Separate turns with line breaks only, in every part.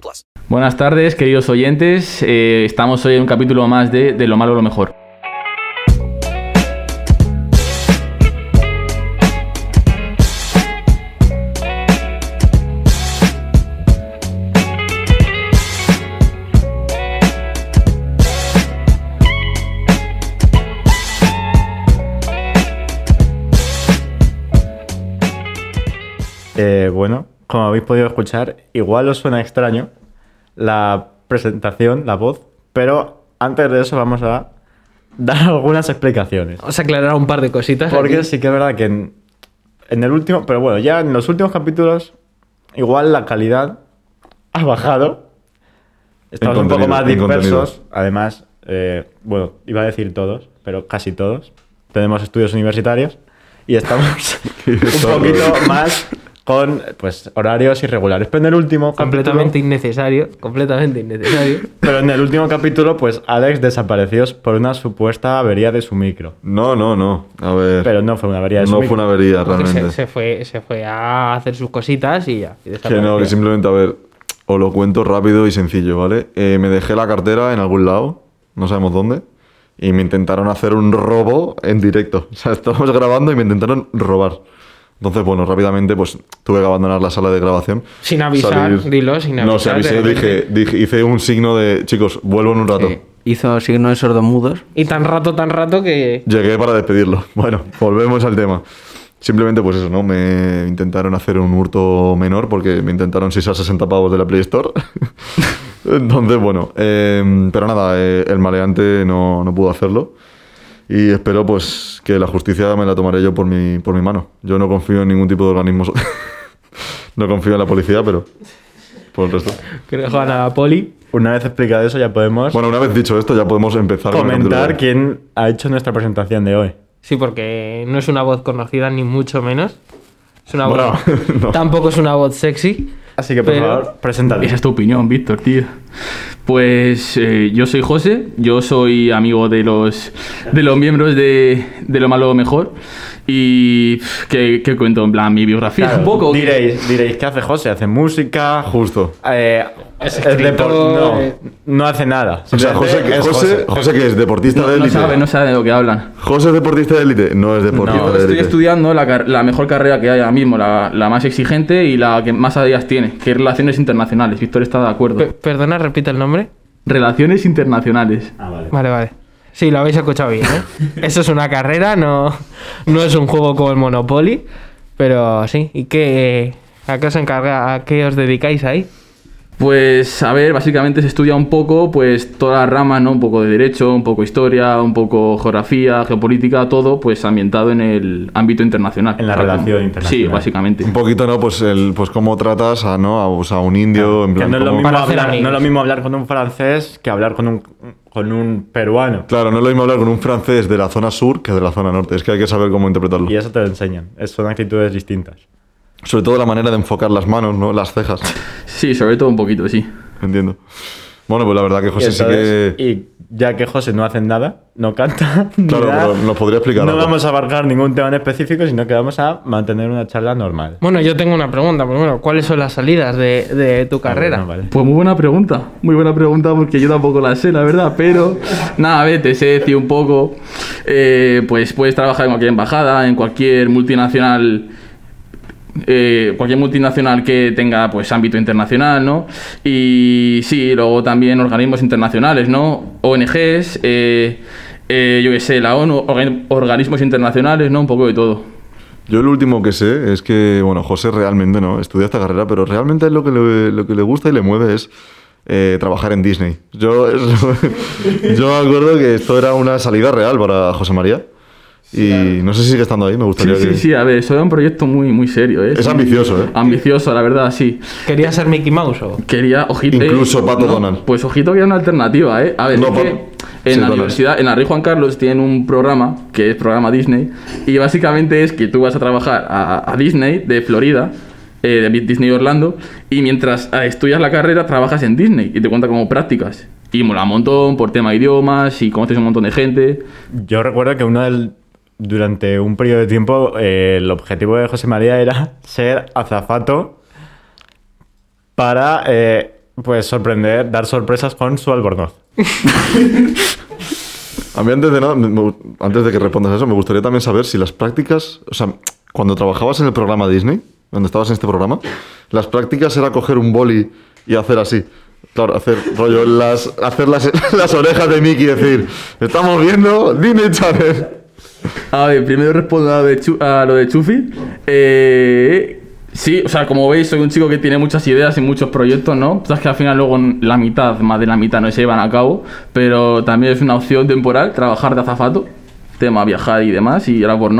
plus.
Buenas tardes, queridos oyentes. Eh, estamos hoy en un capítulo más de, de Lo Malo Lo Mejor.
Eh, bueno, como habéis podido escuchar, igual os suena extraño la presentación, la voz, pero antes de eso vamos a dar algunas explicaciones.
Vamos a aclarar un par de cositas.
Porque
aquí.
sí que es verdad que en, en el último, pero bueno, ya en los últimos capítulos, igual la calidad ha bajado. Estamos
En
un poco
contenido,
más
en
dispersos.
contenidos.
Además, eh, bueno, iba a decir todos, pero casi todos. Tenemos estudios universitarios y estamos un
Todos.
poquito más con pues horarios irregulares. Pero en el último capítulo-
Completamente innecesario. Completamente innecesario.
pero en el último capítulo, pues Alex desapareció por una supuesta avería de su micro.
No, no, no. A ver.
Pero no fue una avería de su
no
micro.
fue una avería
Porque
realmente.
se, se fue, se fue a hacer sus cositas y ya. y
Que no,
desapareció.
que simplemente, a ver, os lo cuento rápido y sencillo, ¿vale? Eh, me dejé la cartera en algún lado, no sabemos dónde, y me intentaron hacer un robo en directo. O sea, estábamos grabando y me intentaron robar. Entonces, bueno, rápidamente pues tuve que abandonar la sala de grabación.
Sin avisar, dilo, sin
No, se
avisar,
avisé,
de
dije,
repente.
dije- hice un signo de, chicos, vuelvo en un rato.
Eh, hizo signos de sordomudos.
Y tan rato, tan rato que.
Llegué para despedirlo. Bueno, volvemos al tema. Simplemente, pues eso, ¿no? Me intentaron hacer un hurto menor porque me intentaron 6 a 60 pavos de la Play Store. Entonces, bueno, eh, pero nada, eh, el maleante no, no pudo hacerlo. Y espero, pues, que la justicia me la tomaré yo por mi, por mi mano. Yo no confío en ningún tipo de organismo. so- no confío en la policía, pero. Por el resto.
Que no juegan a la poli.
Una vez explicado eso, ya podemos
Bueno, una vez dicho esto, ya podemos empezar con el
comentar
capítulo.
quién ha hecho nuestra presentación de hoy.
Sí, porque no es una voz conocida, ni mucho menos. Es una
Bueno,
voz.
no.
Tampoco es una voz sexy.
Así que, por
Pero-
favor, preséntate.
Esa es tu opinión, Víctor, tío. Pues eh, yo soy José, yo soy amigo de los, de los miembros de, de Lo Malo Lo Mejor. Y pff, ¿qué, qué cuento, en plan, mi biografía
Claro,
un poco.
Diréis, diréis, ¿qué hace José? Hace música,
Justo.
eh,
Es
es
escritor,
depor-
eh.
No, no hace nada.
O sea, José,
Simplemente es
José, José que es deportista
No,
de
no
élite.
sabe, no sabe de lo que hablan.
José es deportista de élite. No es deportista
No,
de
Estoy
élite.
estudiando la, car- la mejor carrera que hay ahora mismo, la, la más exigente y la que más áreas tiene, que es Relaciones Internacionales. Víctor está de acuerdo.
Pe- perdona, repite el nombre.
Relaciones Internacionales.
Vale, vale. Sí, lo habéis escuchado bien, ¿eh? Eso es una carrera, no, no es un juego como el Monopoly. Pero sí, ¿y qué, a qué os encarga, a qué os dedicáis ahí?
Pues, a ver, básicamente se estudia un poco, pues, todas las ramas, ¿no? Un poco de derecho, un poco historia, un poco geografía, geopolítica, todo, pues, ambientado en el ámbito internacional.
En la
O sea,
relación
como-
internacional.
Sí, básicamente.
Un poquito, ¿no? Pues el, pues cómo tratas a, ¿no? a, o sea, a un indio, en
Que
plan.
no, es lo
cómo-
mismo
Para hacer
hablar,
amigos.
no es lo mismo hablar con un francés que hablar con un, con un peruano.
Claro, no es lo mismo hablar con un francés de la zona sur que de la zona norte. Es que hay que saber cómo interpretarlo.
Y eso te lo enseñan. Es- son actitudes distintas.
Sobre todo la manera de enfocar las manos, ¿no? Las cejas.
Sí, sobre todo un poquito, sí.
Entiendo. Bueno, pues la verdad que José
y, entonces-
sí que.
y ya que José no hace nada, no canta, ni
Claro,
nada,
pero nos podría explicar.
no
algo.
vamos a abarcar ningún tema en específico, sino que vamos a mantener una charla normal.
Bueno, yo tengo una pregunta, pero bueno, ¿cuáles son las salidas de, de tu carrera?
Ah, Bueno, vale.
Pues muy buena pregunta, muy buena pregunta porque yo tampoco la sé, la verdad, pero nada, a ver, te sé decir un poco, eh, pues puedes trabajar en cualquier embajada, en cualquier multinacional eh, cualquier multinacional que tenga pues ámbito internacional, ¿no? Y sí, luego también organismos internacionales, ¿no? ONGs, eh, eh, yo qué sé, la ONU, orga- organismos internacionales, ¿no? Un poco de todo.
Yo lo último que sé es que, bueno, José realmente no estudia esta carrera, pero realmente lo que le, lo que le gusta y le mueve es eh, trabajar en Disney. Yo, es- yo me acuerdo que esto era una salida real para José María. Y no sé si sigue estando ahí, me
Sí,
gustaría
sí,
que...
sí, a ver, eso era un proyecto muy, muy serio, ¿eh?
Es
Sí.
ambicioso, ¿eh?
Ambicioso, la verdad, sí.
¿Quería ser Mickey Mouse o...?
Quería, ojito. eh,
Incluso Pato
no,
Donald.
Pues ojito que era una alternativa, ¿eh? A ver,
No,
es que
Pato.
en
Sí,
la
Donald.
universidad, en la Rey Juan Carlos tienen un programa, que es programa Disney, y básicamente es que tú vas a trabajar a, a Disney de Florida, eh, de Disney Orlando, y mientras eh, estudias la carrera trabajas en Disney y te cuenta como prácticas. Y mola un montón por tema de idiomas y conoces un montón de gente.
Yo recuerdo que uno del- durante un periodo de tiempo eh, el objetivo de José María era ser azafato para eh, pues sorprender, dar sorpresas con su albornoz.
A mí antes de nada, me- me- antes de que respondas a eso, me gustaría también saber si las prácticas, o sea, cuando trabajabas en el programa Disney, cuando estabas en este programa, las prácticas era coger un boli y hacer así. Claro, hacer rollo las, hacer las, las orejas de Mickey y decir, estamos viendo Disney Channel.
A ver, primero respondo a, lo de Chu- a lo de Chufi. Eh, sí, o sea, como veis, soy un chico que tiene muchas ideas y muchos proyectos, ¿no? Sabes que al final luego la mitad, más de la mitad, no se llevan a cabo, pero también es una opción temporal trabajar de azafato. Tema viajar y demás, y ahora por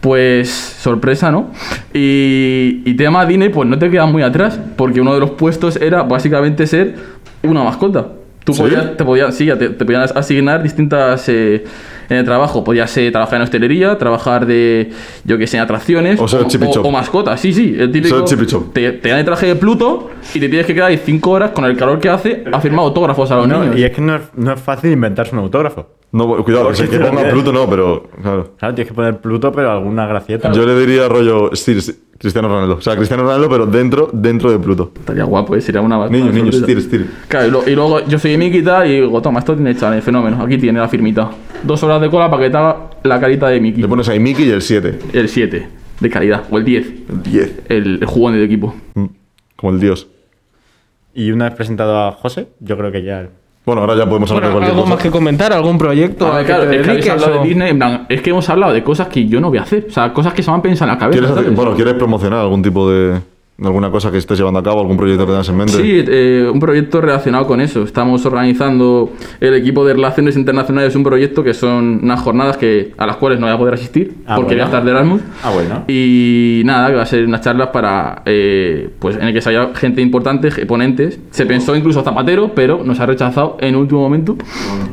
pues sorpresa, ¿no? Y, y tema Disney, pues no te quedas muy atrás, porque uno de los puestos era básicamente ser una mascota. Tú
¿Sí?
podías, te podías, sí, te, te podían asignar distintas eh, en el trabajo. Podías eh, trabajar en hostelería, trabajar de, yo que sé, en atracciones.
O ser Chippy Chop.
o mascotas, sí, sí. El típico,
Ser Chippy Chop.
te, te dan el traje de Pluto y te tienes que quedar ahí cinco horas con el calor que hace a firmar autógrafos a los niños.
Y es que no es, no es fácil inventarse un autógrafo.
No, bueno, cuidado, o sea, que ponga Pluto no, pero claro.
Claro, tienes que poner Pluto, pero alguna gracieta.
Yo le diría rollo, sí, sí, Cristiano Ronaldo. O sea, Cristiano Ronaldo, pero dentro, dentro de Pluto.
Estaría guapo, ¿eh? sería una una
Niños, niños,
sorpresa.
estir, estir.
Claro, y, lo- y luego yo soy Mickey y tal, y digo, toma, esto tiene challenge, fenómeno. Aquí tiene la firmita. Dos horas de cola para que te haga la carita de Mickey.
Le pones ahí Mickey y el 7.
El 7 de calidad, o el 10,
El 10.
el, el jugón del equipo.
Como el dios.
Y una vez presentado a José, yo creo que ya.
Bueno, ahora ya podemos hablar
Bueno,
de cualquier
¿Algo
cosa.
más que comentar? ¿Algún proyecto?
A ver,
al que
Ah, claro,
te
es que habéis
dediques
hablado
o-
de Disney, en plan, es que hemos hablado de cosas que yo no voy a hacer, o sea, cosas que se me han pensado en la cabeza.
¿Quieres, hacer-
¿sabes?
bueno, ¿quieres promocionar algún tipo de. alguna cosa que estés llevando a cabo, algún proyecto que tengas en mente?
Sí, eh, un proyecto relacionado con eso. Estamos organizando el equipo de relaciones internacionales, un proyecto que son unas jornadas que a las cuales no voy a poder asistir
Ah,
porque voy a
bueno.
estar de Erasmus.
Ah, bueno.
Y nada, que va a ser unas charlas para eh, pues en el que se haya gente importante, je- ponentes. Se pensó incluso Zapatero, pero nos ha rechazado en último momento.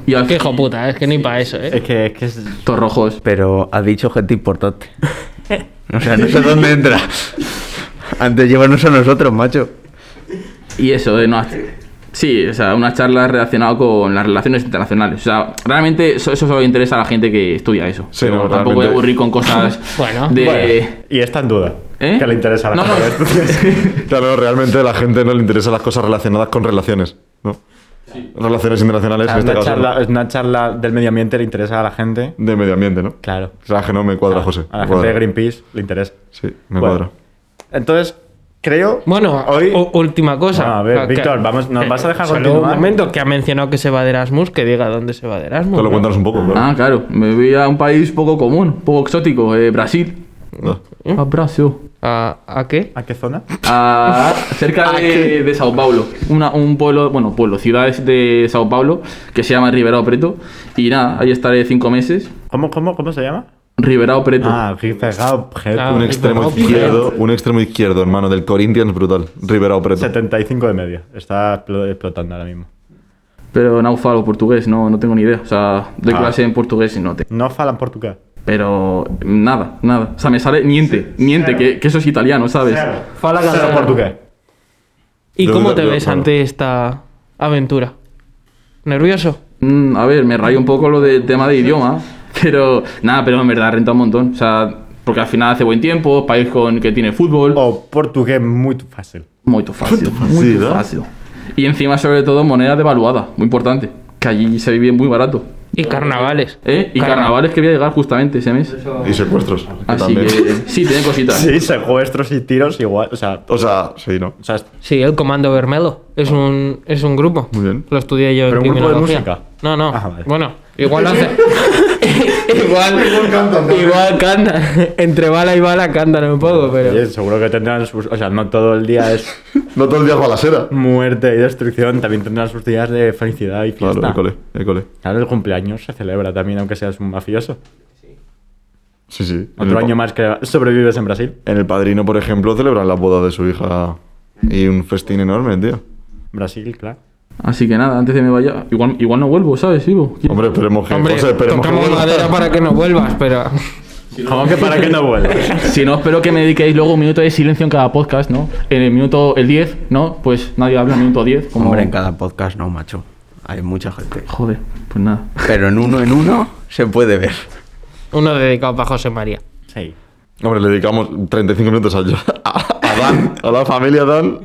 Y al
Qué hijo puta, es que ni para eso, ¿eh?
Es que es. Que es...
Estos rojos.
Pero ha dicho gente importante. O sea, no sé dónde entra. Antes llevarnos a nosotros, macho.
Y eso, de no. Sí, o sea, una charla relacionada con las relaciones internacionales. O sea, realmente eso, eso solo interesa a la gente que estudia eso.
Sí,
Pero
no,
tampoco
realmente-
voy a aburrir con cosas
Bueno.
de.
Bueno, y está en duda.
¿Eh?
Que le interesa a la
No, no.
gente.
Claro, realmente a la gente no le interesan las cosas relacionadas con relaciones, ¿no? Relaciones internacionales, en este
una,
caso.
charla, una charla del medio ambiente le interesa a la gente.
De medio ambiente, ¿no?
Claro.
O sea, que no me cuadra, José.
A la
me
gente
cuadra.
de Greenpeace le interesa.
Sí, me
Bueno,
cuadra.
Entonces, creo.
Bueno,
hoy.
u- última cosa.
Bueno, a ver,
Que-
Víctor, vamos- nos
que-
vas a dejar
solo
continuar.
un momento que ha mencionado que se va de Erasmus, que diga dónde se va de Erasmus.
Te lo
¿no?
cuéntanos un poco, claro.
Ah, claro, me voy a un país poco común, poco exótico, eh, Brasil.
No.
A Brasil.
¿A, a qué?
¿A qué zona?
A- cerca de, de Sao Paulo, una, un pueblo, bueno, pueblo, ciudades de Sao Paulo que se llama Ribeirão Preto. Y nada, ahí estaré cinco meses.
¿Cómo, cómo, cómo se llama?
Ribeirão Preto.
Ah, Gizegao,
Ah,
Un
Ribeirão
extremo
pues,
Preto.
eh,
izquierdo, un extremo izquierdo, hermano, del Corinthians brutal. Rivera Preto.
75 de medio. Está explo- explotando ahora mismo.
Pero no falo portugués, no, no tengo ni idea. O sea, doy
Ah.
clase en portugués y no te.
No falan portugués.
Pero nada, nada. O sea, me sale niente, niente, que, que eso es italiano, ¿sabes?
Fala catalán. portugués.
¿Y
Yo-
cómo
yo-
te
yo-
ves
bueno.
ante esta aventura? ¿Nervioso?
Mm, a ver, me rayo un poco lo del tema de idioma, pero nada, pero en verdad renta un montón. O sea, porque al final hace buen tiempo, país con que tiene fútbol,
O portugués muy fácil.
muy fácil, muy
¿eh?
fácil. Y encima sobre todo moneda devaluada, muy importante, que allí se vive muy barato.
Y carnavales.
¿Eh? Y
Carna-
carnavales que voy a llegar justamente ese mes.
Y secuestros.
Ah,
que
Así
también.
que sí, tiene cositas.
Sí, secuestros y tiros igual. O sea,
O sea, sí, ¿no?
o sea,
Sí, el Comando Bermelo. Es un, es un grupo.
Muy bien.
Lo estudié yo
¿Pero
en
un grupo de
criminología.
música?
No, no.
Ah, vale.
Bueno, igual lo hace. igual, igual
cantan,
cantan.
¿no?
Entre bala y bala cantan un poco, pero.
oye, seguro que tendrán sus. O sea, no todo el día es
No todo el día es balacera.
muerte y destrucción, también tendrán sus días de felicidad y fiesta.
Claro, école, école.
Claro, el cumpleaños se celebra también, aunque seas un mafioso.
Sí, sí. En el
Otro
pa-
año más que sobrevives en Brasil.
En El Padrino, por ejemplo, celebran la boda de su hija y un festín enorme, tío.
Brasil, claro.
Así que nada, antes de que me vaya, igual, igual no vuelvo, ¿sabes, Ivo?
Hombre, esperemos que...
Hombre,
o sea, esperemos que
tocamos
vuelva.
madera para que no vuelvas, pero.
¿Cómo que para que no vuelvas?
Si no, espero que me dediquéis luego un minuto de silencio en cada podcast, ¿no? En el minuto el 10, ¿no? Pues nadie habla en el minuto 10. Como...
Hombre, en cada podcast no, macho. Hay mucha gente.
Joder, pues nada.
Pero en uno en uno se puede ver.
Uno dedicado para José María.
Sí.
Hombre, le dedicamos 35 minutos a, a, a Dan, a la familia Dan.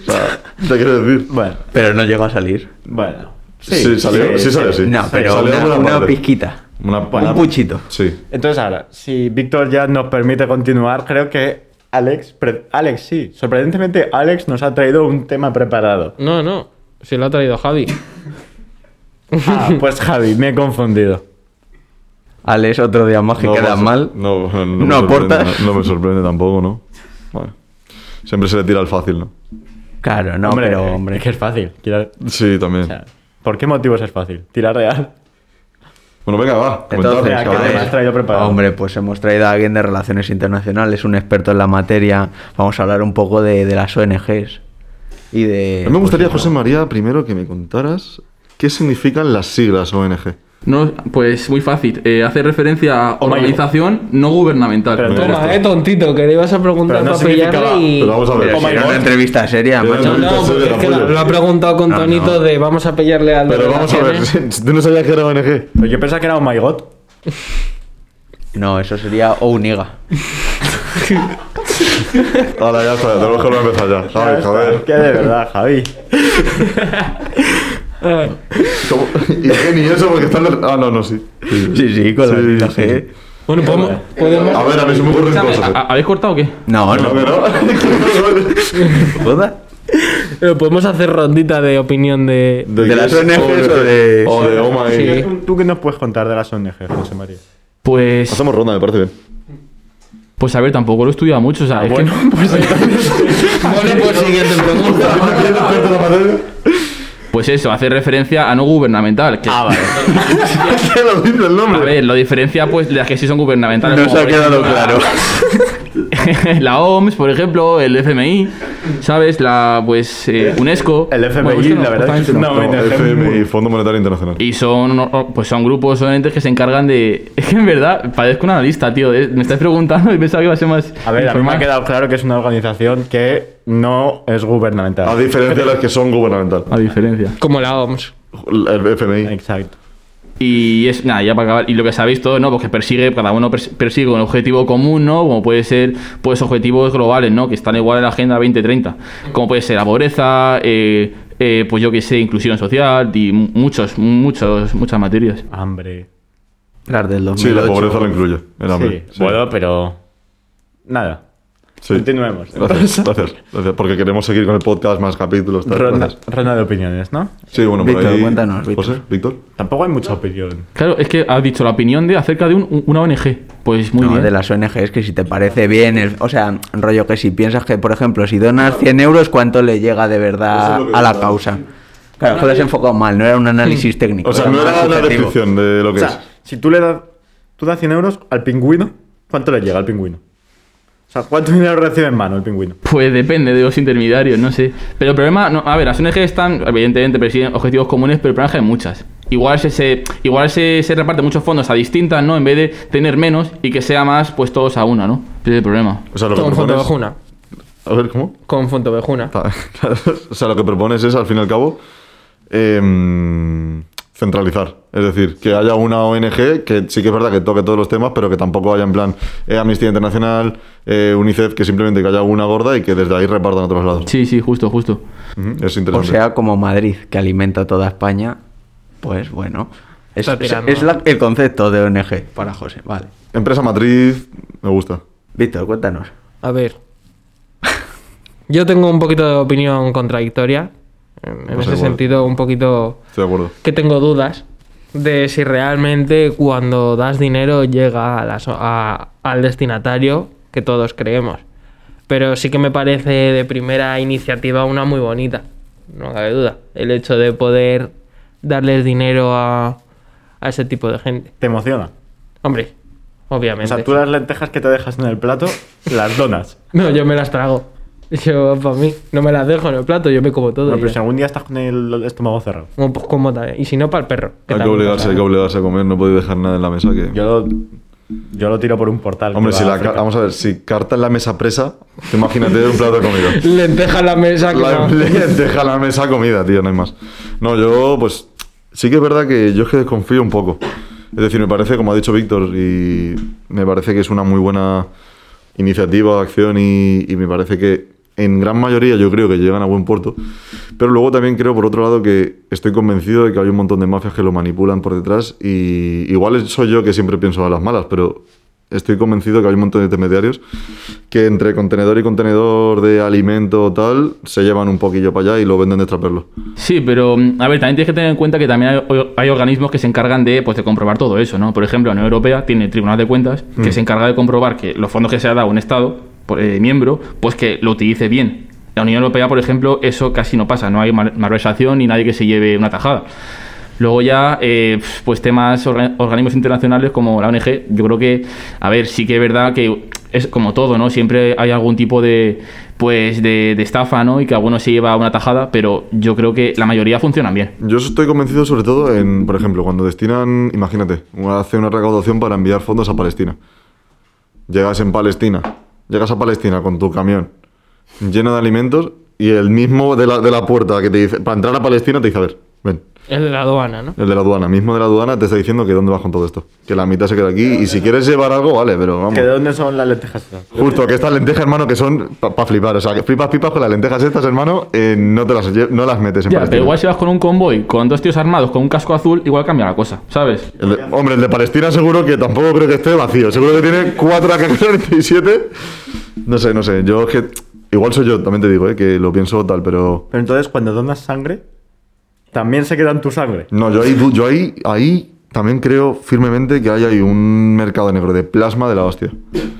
O sea, ¿te quiero decir?
Bueno,
Pero no llegó a salir.
bueno.
Sí, salió, sí, salió, sí.
No, pero
Salió
una,
por la
una
parte.
pizquita.
Una,
Un puchito.
Sí.
Entonces ahora, si Víctor ya nos permite continuar, creo que Alex, pre- Alex sí, sorprendentemente Alex nos ha traído un tema preparado.
No, no. Si lo ha traído Javi.
Ah, pues Javi, me he confundido.
Alex, otro día más que
No
queda
me sor-
mal.
No, no,
No
me sorprende,
aportas.
No, no me sorprende tampoco, ¿no? Bueno. Siempre se le tira el fácil, ¿no?
Claro, no,
hombre,
pero
eh,
hombre.
que es fácil. tirar-
Sí, también.
o sea, ¿Por qué motivos es fácil? Tirar real.
Bueno, venga, va.
Entonces,
comentadme.
¿qué
a
tema
ver,
has traído preparado?
Hombre, pues hemos traído a alguien de relaciones internacionales, un experto en la materia. Vamos a hablar un poco de, de las ONGs. Y de.
A mí me
pues
gustaría,
eso.
José María, primero que me contaras qué significan las siglas ONG.
No, pues muy fácil. Eh, hace referencia a organización no gubernamental.
Pero
Mira
Toma,
esto.
eh, tontito, que le ibas a preguntar
Pero no
para
significaba-
pillarle y.
Pero vamos a ver.
Pero
Oh
si
my
era
God.
una entrevista seria,
Pero
macho.
no-
No, porque es que lo, lo ha preguntado con
No, no.
tonito de vamos a pillarle al. de
Ah, Pero vamos a ver,
relaciones.
si tú no sabías que era ONG.
Pero yo pensaba que era Oh My God.
No, eso sería Ouniga.
Ahora ya está, tenemos que volver a empezar ya. Javi,
Es que
joder.
de verdad, Javi.
¿eh?
¿Cómo? ¿Y qué ni eso? Porque están. Ah, no, no, sí.
Sí, sí, con
Sí,
la
sí,
G.
Bueno, podemos. podemos-
A ver, a mí se me ocurren cosas.
ah,
¿A-
eh.
¿Habéis cortado o qué?
No,
No,
no,
que no.
joda.
Pero eh, podemos hacer rondita de opinión de.
¿De las ONGs
ONG,
o de-
O de Oh my-
Sí.
¿Tú qué nos puedes contar de las ONG, José María?
Pues,
Hacemos ronda, me parece bien.
pues a ver, tampoco lo he estudiado mucho, o sea, es que no-
Vale, pues siguiente pregunta.
Pues eso, hace referencia a no gubernamental.
Ah,
Que,
¿Qué lo dice el
A
nombre?
ver, lo diferencia, pues, las que sí son gubernamentales.
Nos
como
ha
por
quedado
ejemplo, la-
claro.
la OMS, por ejemplo, el FMI, ¿sabes? La, pues, eh, UNESCO.
El FMI,
Bueno, es que no,
la verdad es que es
justamente
una
no.
No,
ONG
FMI,
muy-
Fondo Monetario Internacional.
Y son, o- pues son grupos o entes que se encargan de... Es que en verdad, parezco un analista, tío. eh, Me estás preguntando y pensaba que iba a ser más...
A ver, a mí me ha
informal.
quedado claro que es una organización que no es
A
gubernamental.
diferencia de las que son gubernamental.
A diferencia.
Como la OMS.
El FMI.
Exacto.
Y es, nada, ya para acabar, y lo que sabéis todo, ¿no? Porque persigue, cada uno pers- persigue un objetivo común, ¿no? Como puede ser, pues, objetivos globales, ¿no? Que están igual en la Agenda 2030. Como puede ser la pobreza, eh, eh, pues yo qué sé, inclusión social y mu- muchos, muchos, muchas materias.
Hambre.
Las del 2008.
Sí, la pobreza lo incluye. El hambre.
Sí, bueno, pero. Nada.
Sí.
Continuemos.
Gracias, gracias, gracias, Porque queremos seguir con el podcast, más capítulos. Tal,
Ronda,
gracias.
ronda de opiniones, ¿no?
Sí, bueno, por
Víctor,
ahí-
cuéntanos, Víctor.
José, Víctor.
Tampoco hay mucha opinión.
Claro, es que has dicho la opinión de acerca de un- un- una ONG. Pues muy
No,
bien.
de las ONGs que si te parece bien, el- o sea, rollo que si piensas que, por ejemplo, si donas 100 euros, ¿cuánto le llega de verdad
Eso es lo que
a la
yo-
causa? Claro, es que lo has enfocado mal, no era un análisis técnico.
O sea, no
más
era la
subjetivo.
descripción de lo
O
que
sea,
es.
si tú le das. Tú das 100 euros al pingüino, ¿cuánto le llega al pingüino? O sea, ¿cuánto dinero recibe en mano el pingüino?
Pues depende de los intermediarios, no sé. Pero el problema, no, a ver, las ONG están, evidentemente, persiguen objetivos comunes, pero el problema es que hay muchas. Igual se, se- igual se, se reparten muchos fondos a distintas, ¿no? En vez de tener menos y que sea más, pues todos a una, ¿no? Ese es el problema.
O sea, lo que
Con
propones.
Fontobejuna.
A ver, ¿cómo?
Con Fontobejuna.
Pa- claro, o sea, lo que propones es, al fin y al cabo, em, centralizar. Es decir, que haya una ONG que sí que es verdad que toque todos los temas, pero que tampoco haya en plan eh, Amnistía Internacional, eh, UNICEF, que simplemente que haya una gorda y que desde ahí repartan a otros lados.
Sí, sí, justo, justo.
Ujú, Es interesante.
O sea, como Madrid, que alimenta a toda España, pues bueno. Es,
Está
es-
tirando.
es la- el concepto de ONG para José, vale.
Empresa matriz, me gusta.
Víctor, cuéntanos.
A ver. Yo tengo un poquito de opinión contradictoria. En, en
Pues
ese
igual.
sentido, un poquito
Estoy de acuerdo.
que tengo dudas de si realmente cuando das dinero llega a las- a- al destinatario que todos creemos. Pero sí que me parece de primera iniciativa una muy bonita, no cabe duda. El hecho de poder darles dinero a, a ese tipo de gente.
Te emociona.
Hombre,
O
obviamente.
sea, tú las lentejas que te dejas en el plato, las donas.
No, yo me las trago. Yo, para mí, no me las dejo en el plato, yo me como todo.
Bueno,
y
pero
ya.
si algún día estás con el estómago cerrado.
Como- pues como también. Y si no, para el perro. que
Hay que
también
obligarse,
pasa.
hay que obligarse a comer, no podéis dejar nada en la mesa que.
Yo lo, yo lo tiro por un portal. que
Hombre,
va
si
a
la,
África.
ca- vamos a ver, si carta en la mesa presa, te imagínate un plato de comida.
Lenteja en la mesa. que
La
no.
lenteja en la mesa comida, tío, no hay más. No, yo, pues, sí que es verdad que yo es que desconfío un poco. Es decir, me parece, como ha dicho Víctor, y me parece que es una muy buena iniciativa, acción, y, y me parece que en gran mayoría yo creo que llegan a buen puerto. Pero luego también creo, por otro lado, que estoy convencido de que hay un montón de mafias que lo manipulan por detrás, y igual soy yo que siempre pienso a las malas, pero estoy convencido que hay un montón de intermediarios que entre contenedor y contenedor de alimento o tal, se llevan un poquillo para allá y lo venden de traperlo.
Sí, pero mm, a ver, también tienes que tener en cuenta que también hay, hay organismos que se encargan de, pues, de comprobar todo eso, ¿no? Por ejemplo, la Unión Europea tiene el Tribunal de Cuentas que se encarga de comprobar que los fondos que se ha dado a un Estado por- eh, miembro, pues que lo utilice bien. La Unión Europea, por ejemplo, eso casi no pasa, no hay mal- malversación ni nadie que se lleve una tajada. Luego ya, eh, pues temas orga- organismos internacionales como la ONG, yo creo que, a ver, sí que es verdad que es como todo, ¿no? Siempre hay algún tipo de, pues, de, de estafa, ¿no? Y que alguno se lleva una tajada, pero yo creo que la mayoría funcionan bien.
Yo estoy convencido sobre todo en, por ejemplo, cuando destinan, imagínate, hace una recaudación para enviar fondos a Palestina. Llegas en Palestina, llegas a Palestina con tu camión lleno de alimentos y el mismo de la, de la puerta que te dice, para entrar a Palestina te dice, a ver, ven,
El de la aduana, ¿no?
el de la aduana, mismo de la aduana te está diciendo que dónde vas con todo esto, que la mitad se queda aquí y si quieres llevar algo, vale, pero vamos.
¿Que ¿De dónde son las lentejas? estas?
Justo, que estas lentejas, hermano, que son para flipar. O sea, que flipas pipas con las lentejas estas, hermano, eh, no, te las, lle- no las metes en
Ya,
Palestina.
pero igual si vas con un convoy, con dos tíos armados, con un casco azul, igual cambia la cosa, ¿sabes?
El de- hombre, el de Palestina seguro que tampoco creo que esté vacío. Seguro que tiene 4 AK-47. No sé, no sé. Yo es que... Igual soy yo, también te digo, eh, que lo pienso tal, pero...
Pero entonces, cuando donas sangre, también se queda en tu sangre.
No, yo ahí, du- yo ahí, ahí también creo firmemente que hay, ahí un mercado negro de plasma de la hostia.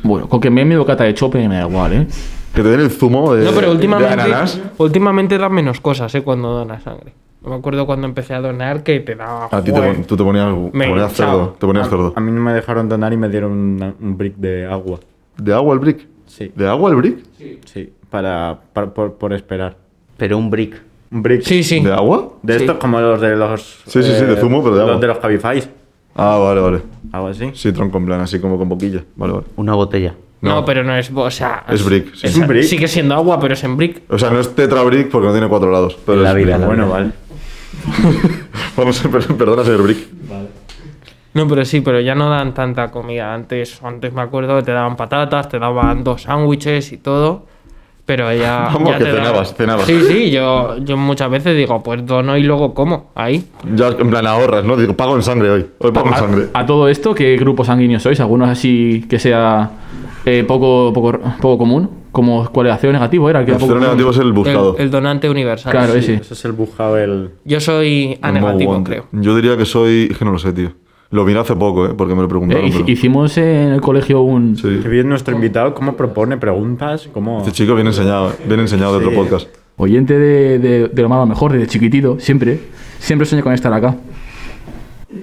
Bueno, con que me dé mi bocata de chope me da igual, ¿eh?
Que te den el zumo de,
No, pero
de
últimamente,
ananás.
últimamente dan menos cosas, ¿eh? Cuando donas sangre. No me acuerdo cuando empecé a donar que te daba.
A ti te,
Joder.
pon- tú te ponías, te
Me-
ponías
chao.
cerdo. Te ponías cerdo.
A mí no me dejaron donar y me dieron una- un brick de agua.
¿De agua el brick?
Sí.
¿De agua el brick?
Sí, para, para- por, por esperar.
Pero un brick.
Un brick.
Sí, sí.
¿De agua?
De estos como los de los... eh,
Sí, sí, sí, de zumo, pero de
los
agua.
de los cabifáis.
Ah, vale, vale.
Algo así.
Sí, tronco en plan, así como con boquilla. Vale, vale.
Una botella.
No,
no.
pero no es. O sea.
Es brick. sí.
Es un brick.
Sigue siendo agua, pero es en brick.
O sea, no es tetra brick porque no tiene cuatro lados. Pero
La
es
vida,
brick.
la
Bueno,
Bueno, vale.
vamos a per- perdona, señor brick.
No, pero sí, pero ya no dan tanta comida. Antes, antes me acuerdo que te daban patatas, te daban dos sándwiches y todo. Pero ya.
Vamos,
ya
que
te daban-
cenabas, cenabas.
Sí, sí, yo, yo muchas veces digo, pues dono y luego como. Ahí.
Ya, en plan, ahorras, ¿no? Digo, pago en sangre hoy. Hoy pago en
Ah,
sangre.
A todo esto, ¿qué grupo sanguíneo sois? ¿Algunos así que sea eh, poco, poco, poco común? Como cuál era? ¿Cero negativo era? el que
El
era poco
cero
común?
negativo es el buscado.
El, el donante universal.
Claro,
Sí.
ese.
Eso es el bujado, el...
Yo soy A
El Mo
negativo,
Wanted.
creo.
Yo diría que soy. Es que no lo sé, tío. Lo miré hace poco, ¿eh? Porque me lo
Eh,
preguntaron.
hici-
pero-
Hicimos en el colegio un...
Sí.
Que bien nuestro invitado, cómo propone preguntas, cómo...
Este chico viene enseñado, ¿eh? viene enseñado de otro podcast.
Oyente de, de- de lo malo a lo mejor, desde chiquitito, siempre. Siempre sueño con estar acá.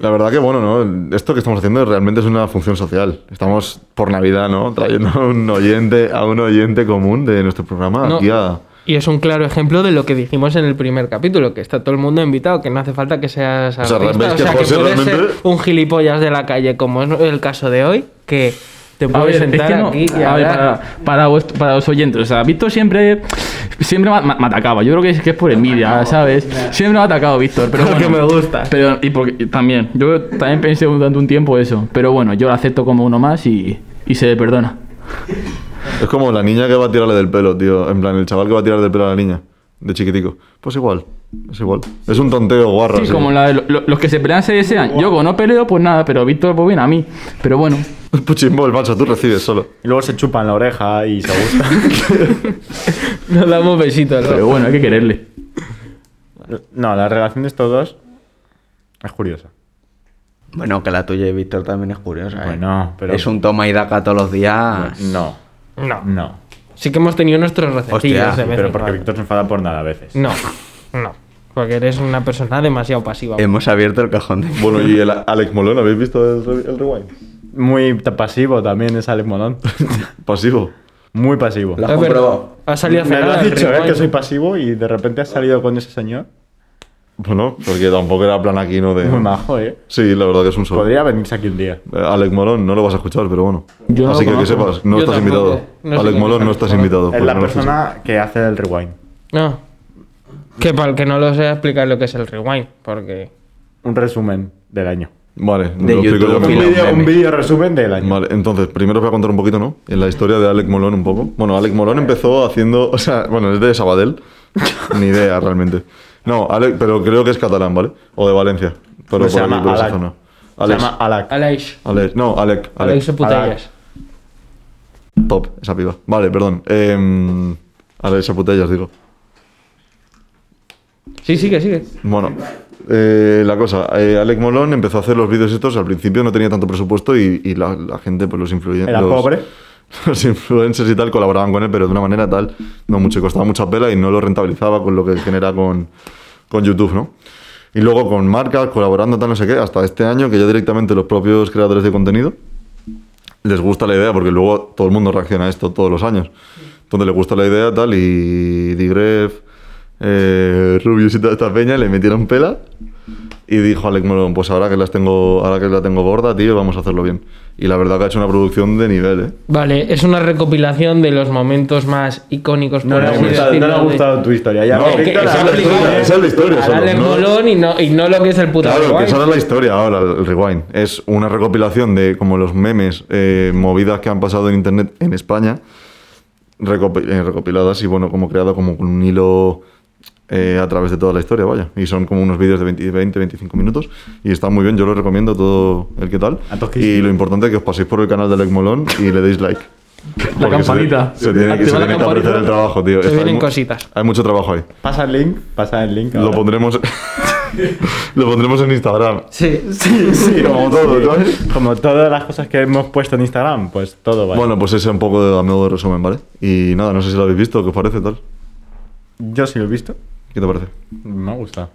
La verdad que, bueno, ¿no? Esto que estamos haciendo realmente es una función social. Estamos por Navidad, ¿no? Trayendo a un oyente, a un oyente común de nuestro programa
No.
aquí a...
Y es un claro ejemplo de lo que dijimos en el primer capítulo, que está todo el mundo invitado, que no hace falta que seas
sea,
artista,
¿ves que José
puedes
realmente-
ser un gilipollas de la calle, como es el caso de hoy, que te
A
puedes
ver, es
sentar
que no-
aquí y
a ver,
hablar.
para, para, vuest- para los oyentes, o sea, Víctor siempre, siempre me, me- me atacaba. Yo creo que es, que es por
Ah,
envidia, ¿sabes? Siempre me ha atacado Víctor, pero
Porque
bueno.
me gusta.
Pero, y porque, y también, yo también pensé durante un tiempo eso, pero bueno, yo lo acepto como uno más y, y se le perdona.
Es como la niña que va a tirarle del pelo, tío. En plan, el chaval que va a tirarle del pelo a la niña. de chiquitico. Pues igual, es igual. Es un tonteo guarra.
Sí,
sí.
como la de lo- lo- los que se pelean se desean. Yo como no peleo, pues nada, pero Víctor pues viene a mí. Pero bueno,
Puchimbol, macho, tú recibes solo.
Y luego se chupan la oreja y se gusta.
Nos damos besitos, ¿no?
pero bueno, hay que quererle.
No, la relación de estos dos es curiosa.
Bueno, que la tuya y Víctor también es curiosa. ¿eh?
Bueno, pero- Pues.
Es un toma y daca todos los días.
No,
No.
Mm.
no.
Sí que hemos tenido nuestros recetillos
Hostia,
de vez
Pero
en
porque
cuando.
Víctor se enfada por nada a veces.
No, no. Porque eres una persona demasiado pasiva.
Em,
Hemos abierto el cajón de...
Bueno, y el Alex Molón, ¿habéis visto el, re- el rewind?
Muy ta- pasivo también es Alex Molón.
Pasivo.
Muy pasivo.
La-
Es verdad,
comprobado.
Ha salido a
Me
cenar.
lo has
al
dicho, ¿eh?
rincón.
Que soy pasivo y de repente has salido con ese señor.
Bueno, Pues porque tampoco era plan aquí, ¿no? De...
Muy majo, ¿eh?
Sí, la verdad que es un solo.
Podría venirse aquí un día.
Eh, Alex Molón, no lo vas a escuchar, pero bueno.
Yo no
Así
lo
que que
conozco.
sepas, no
Yo
estás
tampoco.
invitado.
No sé
Alex
quién es
Molón, no
Alex
estás
Molón.
invitado.
Es
porque
la
Pues no lo escuchas.
persona que hace el rewind.
No. Que para el que no lo sea, explicar lo que es el rewind. Porque.
Un resumen del año.
Vale,
de
lo explico
YouTube,
yo
un
mejor.
vídeo.
Un vídeo resumen del año.
Vale, entonces, primero os voy a contar un poquito, ¿no? En la historia de Alec Molón un poco. Bueno, Alec Molón empezó haciendo... O sea, bueno, es de Sabadell. Ni idea, realmente. No, Alec, pero creo que es catalán, ¿vale? O de Valencia. Pero
Pues se
por aquí,
llama
por esa
Alac.
zona.
Se
Alex.
llama Alac.
Alex.
Alex. No, Alec.
Alex se putellas.
Top, esa piba. Vale, perdón. Eh, Alex Saputellas, digo.
Sí, sigue, sigue.
Bueno, eh, la cosa, eh, Alec Molón empezó a hacer los vídeos estos, al principio no tenía tanto presupuesto y, y la, la gente, pues los influyentes...
Era pobre.
Los influencers y tal colaboraban con él, pero de una manera tal, no mucho, costaba mucha pela y no lo rentabilizaba con lo que genera con, con YouTube, ¿no? Y luego con marcas, colaborando, tal, no sé qué, hasta este año que ya directamente los propios creadores de contenido les gusta la idea, porque luego todo el mundo reacciona a esto todos los años. Entonces les gusta la idea, tal, y Digref, eh, Rubius y toda esta peña le metieron pela. Y dijo Alec Molón, pues ahora que las tengo, ahora que la tengo gorda, tío, vamos a hacerlo bien. Y la verdad que ha hecho una producción de nivel, eh.
Vale, es una recopilación de los momentos más icónicos.
No
por
le ha
así
gustado, no
decirlo,
le ha
de-
gustado tu historia. Ya,
No,
Víctor,
que-
que se
ahora
ha
tú-
aplicado-
Esa es la historia
Al
solo,
Alex
¿no?
Molón y no, y no lo que es el puto
Claro, que
rewind.
esa era la historia ahora, el rewind. Es una recopilación de como los memes, eh, movidas que han pasado en internet en España, recopi- eh, recopiladas y bueno, como creado como con un hilo eh, a través de toda la historia, vaya. Y son como unos vídeos de 20, 20, 25 minutos y está muy bien, yo lo recomiendo todo el que tal.
A toquis.
Y lo importante es que os paséis por el canal de Alec Molón y le deis like.
La
Porque se-
campanita.
Se, tiene, que- se
Activa la
tiene que
campanita.
apreciar el trabajo, tío.
Se
Está- hay
vienen
mu-
cositas.
Hay mucho trabajo ahí.
Pasa el link, pasa el link.
Lo
ahora.
pondremos. lo pondremos en Instagram.
Sí,
Sí, sí,
Como todo, ¿sabes?
Como todas las cosas que hemos puesto en Instagram, pues todo vale.
Bueno, pues ese un poco de a modo de resumen, ¿vale? Y nada, no sé si lo habéis visto, ¿qué os parece tal?
yo sí lo he visto.
¿Qué te parece?
Me ha gustado.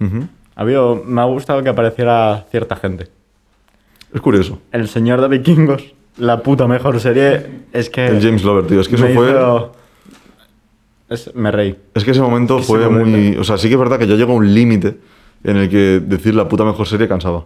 Ujú.
Ha habido- me ha gustado que apareciera cierta gente.
Es curioso.
El señor de vikingos, la puta mejor serie, es que...
El James Lover, tío. Es que eso
Eh, me
fue.
hizo- es- me reí.
Es que ese momento
Ese
fue
momento.
muy. O sea, sí que es verdad que yo llego a un límite en el que decir la puta mejor serie cansaba.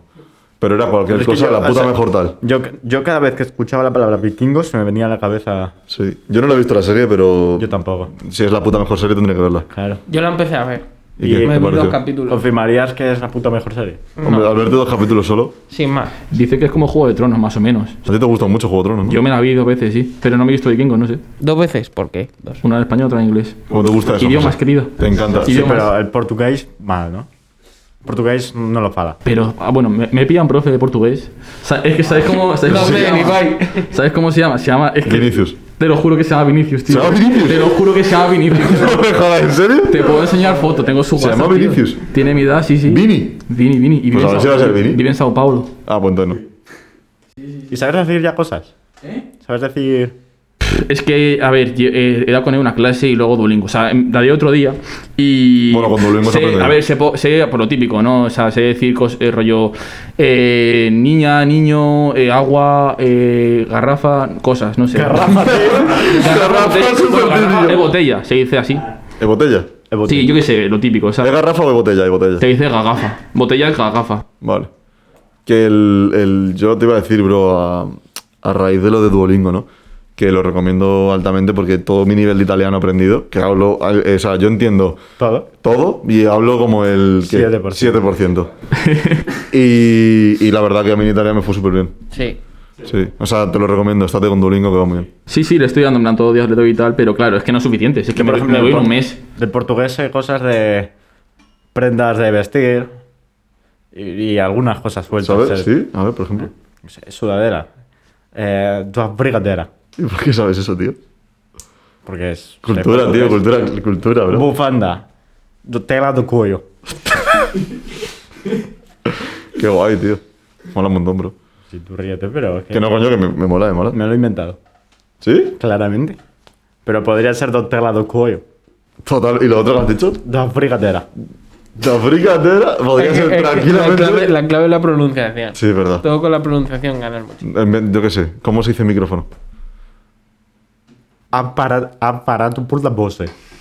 Pero era cualquier
Pero es que
cosa,
yo-
la puta
o sea,
mejor tal.
Yo, yo cada vez que escuchaba la palabra vikingos se me venía a la cabeza...
Sí. Yo no lo he visto la serie, pero.
Yo tampoco.
Si es la puta mejor serie, tendría que verla.
Claro.
yo la empecé a ver.
¿Y qué
Y-
te
Me vi
pareció?
dos capítulos.
¿Confirmarías que es la puta mejor serie?
Hombre, al verte dos capítulos solo.
Sin más.
Dice que es como Juego de Tronos, más o menos.
A ti te gusta mucho Juego de Tronos, ¿no?
Yo me la vi dos veces, sí. Pero no me he visto vikingos, no sé.
Dos veces, ¿por qué? Dos.
Una en español, otra en inglés.
¿Cómo te gusta eso?
Idiomas,
José?
querido.
Te encanta.
Sí,
Sí,
Idiomas.
pero el portugués, mal, ¿no? Portugués no lo fala.
Pero, ah, bueno, me, me pilla un profe de portugués. Sa- es que, ¿sabes cómo, ¿sabes cómo se
Profe,
llama?
Ibai.
¿Sabes cómo se llama? Se llama... Es que-
Vinicius.
Te lo juro que se llama Vinicius, tío.
¿Se llama Vinicius?
Te lo juro que se llama Vinicius.
No me jodas, ¿en serio?
Te puedo enseñar fotos, tengo su
¿Se
WhatsApp,
llama
tío.
Vinicius?
Tiene mi edad, sí, sí.
¿Vini?
Vini, Vini. Y vive
Pues a
en Sao-
ver si va a ser Vini.
Vive en Sao Paulo.
Ah, pues entonces no.
¿Y sabes decir ya cosas? ¿Eh? ¿Sabes decir...?
Es que, a ver, yo, eh, he dado con él una clase y luego Duolingo. O sea, em, la di otro día y...
Bueno, con Duolingo se
sé-
aprende.
A ver, sé, po- sé por lo típico, ¿no? O sea, sé decir cos- eh, rollo eh, niña, niño, eh, agua, eh, garrafa, cosas, no sé.
Garrafa,
Garrafa,
Garrafa,
botella,
súper
bueno, garrafa
sencillo.
de botella, se dice así.
¿De botella?
Sí, yo qué sé, lo típico, o
¿De
sea,
garrafa o de botella? De botella.
se dice gagafa. Botella es gagafa.
Vale. Que el, el- Yo te iba a decir, bro, a, a raíz de lo de Duolingo, ¿no? Que lo recomiendo altamente porque todo mi nivel de italiano aprendido, que hablo. eh, O sea, yo entiendo
¿Todo?
todo y hablo como el. ¿qué?
7%.
7%. y, y la verdad que a mí en Italia me fue súper bien.
Sí.
Sí, o sea, te lo recomiendo, estate con Duolingo que va muy bien.
Sí, sí, le estoy dando en plan todos los días le doy y tal, pero claro, es que no es suficiente. Es que me, me voy en
del
un
por-
mes.
Del portugués hay cosas de prendas de vestir y, y algunas cosas sueltas.
¿Sabes?
eh,
Sí, a ver, por ejemplo.
no sé, Sudadera. Eh, tu brigadera.
¿Y por qué sabes eso, tío?
Porque es.
Cultura, tío,
portugués.
cultura, cultura, bro.
Bufanda. do- Tela do cuello.
Qué guay, tío. Mola un montón, bro.
Si tú ríete, pero es que
Que no, coño, que me, me mola, me mola.
me lo he inventado.
¿Sí?
Claramente. Pero podría ser do tela do cuello.
Total. ¿Y lo otro que has dicho?
Da brigadera.
La fricadera podría
Eh, eh,
ser
la, clave,
tranquilamente.
la clave es la pronunciación.
Sí, es verdad.
Todo con la pronunciación ganas mucho.
En vez- Yo qué sé, ¿cómo se dice micrófono?
Apara- Aparato por la voce.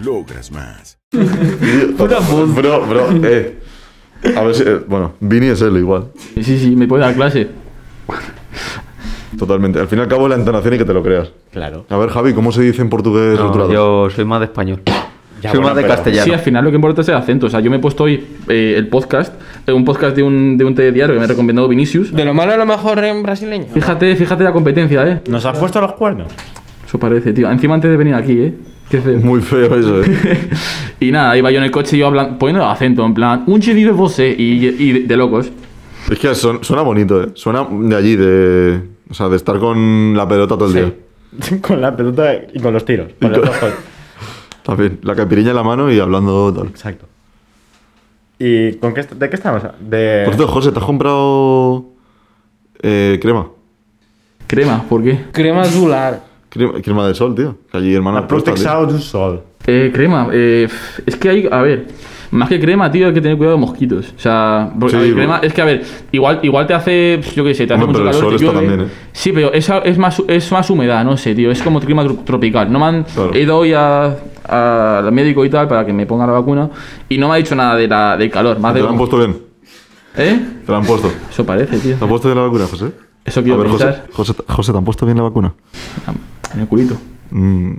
logras más.
Bro, bro, eh. A ver si. eh, bueno, Vini es él igual.
Sí, sí, me puede dar clase.
Totalmente. Al fin y al cabo, la entonación y que te lo creas.
Claro.
A ver, Javi, ¿cómo se dice en portugués
No,
roturado?
yo soy más de español.
Ya,
soy
bueno,
más de
pero-
castellano.
Sí, al final lo que importa es el acento. O sea, yo me he puesto hoy eh, el podcast, eh, un podcast de un, de un telediario que me ha recomendado Vinicius.
De lo malo a lo mejor en brasileño.
Fíjate, fíjate la competencia, ¿eh?
¿Nos has puesto los cuernos?
Eso parece, tío. Encima antes de venir aquí, ¿eh? Qué feo.
Muy feo eso, eh.
y nada, iba yo en el coche y yo hablando, poniendo el acento, en plan, un chidi de vosé eh, y, y de, de locos.
es que son- suena bonito, eh. Suena de allí, de. O sea, de estar con la pelota todo el día.
con la pelota y con los tiros. Con los ojos.
También, la capirilla en la mano y hablando tal.
Exacto. ¿Y con qué, est- de qué estamos? De...
Por cierto, José, ¿te has comprado. eh, crema?
Crema, ¿por qué?
Crema azular.
Crema, crema del sol, tío. Que allí, hermano.
La protección de un sol.
Eh, crema, eh, es que hay, a ver, más que crema, tío, hay que tener cuidado de mosquitos. O sea, porque, a
Sí,
ver, crema, es que, a ver, igual, igual te hace, pues, yo qué sé, te hace
Hombre,
mucho
pero
calor.
el sol
te
está
llueve.
también, ¿eh?
Sí, pero es, es, más, es más humedad, no sé, tío, es como clima tro- tropical. No me han
Claro.
he ido hoy a- a- al médico y tal para que me ponga la vacuna y no me ha dicho nada de la, del calor, más
Te
de.
la han puesto bien.
¿Eh?
Te la han puesto.
Eso parece, tío.
¿Te han puesto bien la vacuna, José?
Eso
A
quiero
ver, José,
pensar.
José, José, ¿te han puesto bien la vacuna?
En el culito.
Mm.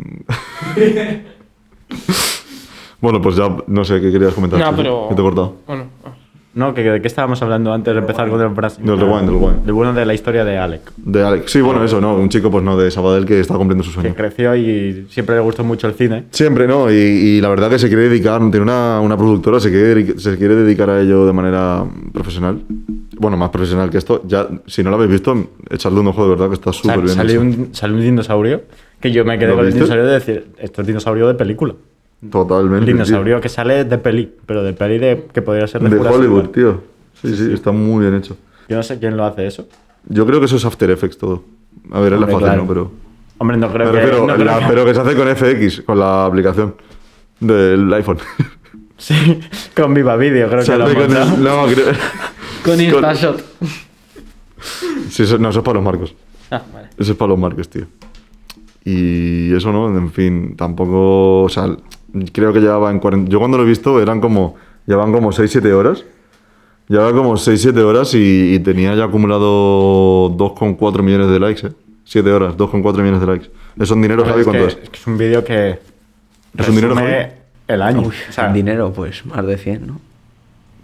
bueno, pues ya no sé qué querías comentar.
No,
José,
pero-
Que te he cortado.
Bueno, ah,
No, que, ¿de qué estábamos hablando antes de empezar con el brazo?
Del rewind, del rewind.
De bueno de la historia de Alec.
De Alex. Sí, bueno, eso, ¿no? Un chico, pues no, de Sabadell que está cumpliendo su
Que
sueño.
creció y siempre le gustó mucho el cine.
Siempre, ¿no? Y, y la verdad que se quiere dedicar, tiene una, una productora, se quiere, dedic- se quiere dedicar a ello de manera profesional. Bueno, más profesional que esto. Ya, si no lo habéis visto, echadle un ojo de verdad que está súper
Sal-
bien.
salió,
hecho.
un, salió un dinosaurio que yo me quedé
¿Lo
con el
viste?
dinosaurio de decir, esto es dinosaurio de película.
Totalmente.
El
tío.
dinosaurio que sale de peli, pero de peli de, que podría ser de,
De
Jurassic
Hollywood,
Park.
tío. Sí, sí, está muy bien hecho.
Yo no sé quién lo hace eso.
Yo creo que eso es After Effects todo. A ver, es la
Hombre,
fácil,
claro.
¿no? Pero.
Hombre, no creo
Me
que...
refiero,
no creo
la-
que-
pero que se hace con FX, con la aplicación del iPhone.
Sí, con Viva Video creo
Se
que lo
hace
han
con el-
montado.
no, creo-
con Instashot.
sí, eso- no, eso es para los marcos.
Ah, vale.
Eso es para los marcos, tío. Y eso no, en fin, tampoco. O sea, creo que llevaba en 40. Yo cuando lo he visto eran como. Llevaban como 6-7 horas. Llevaba como 6-7 horas y, y tenía ya acumulado 2,4 millones de likes, ¿eh? 7 horas, 2,4 millones de likes. Eso en dinero,
Pero
Javi,
es,
¿cuánto
que,
es?
es que es un vídeo que
¿Es un dinero,
resume
Javi?
el año. o sea,
Dinero, pues más de 100, ¿no?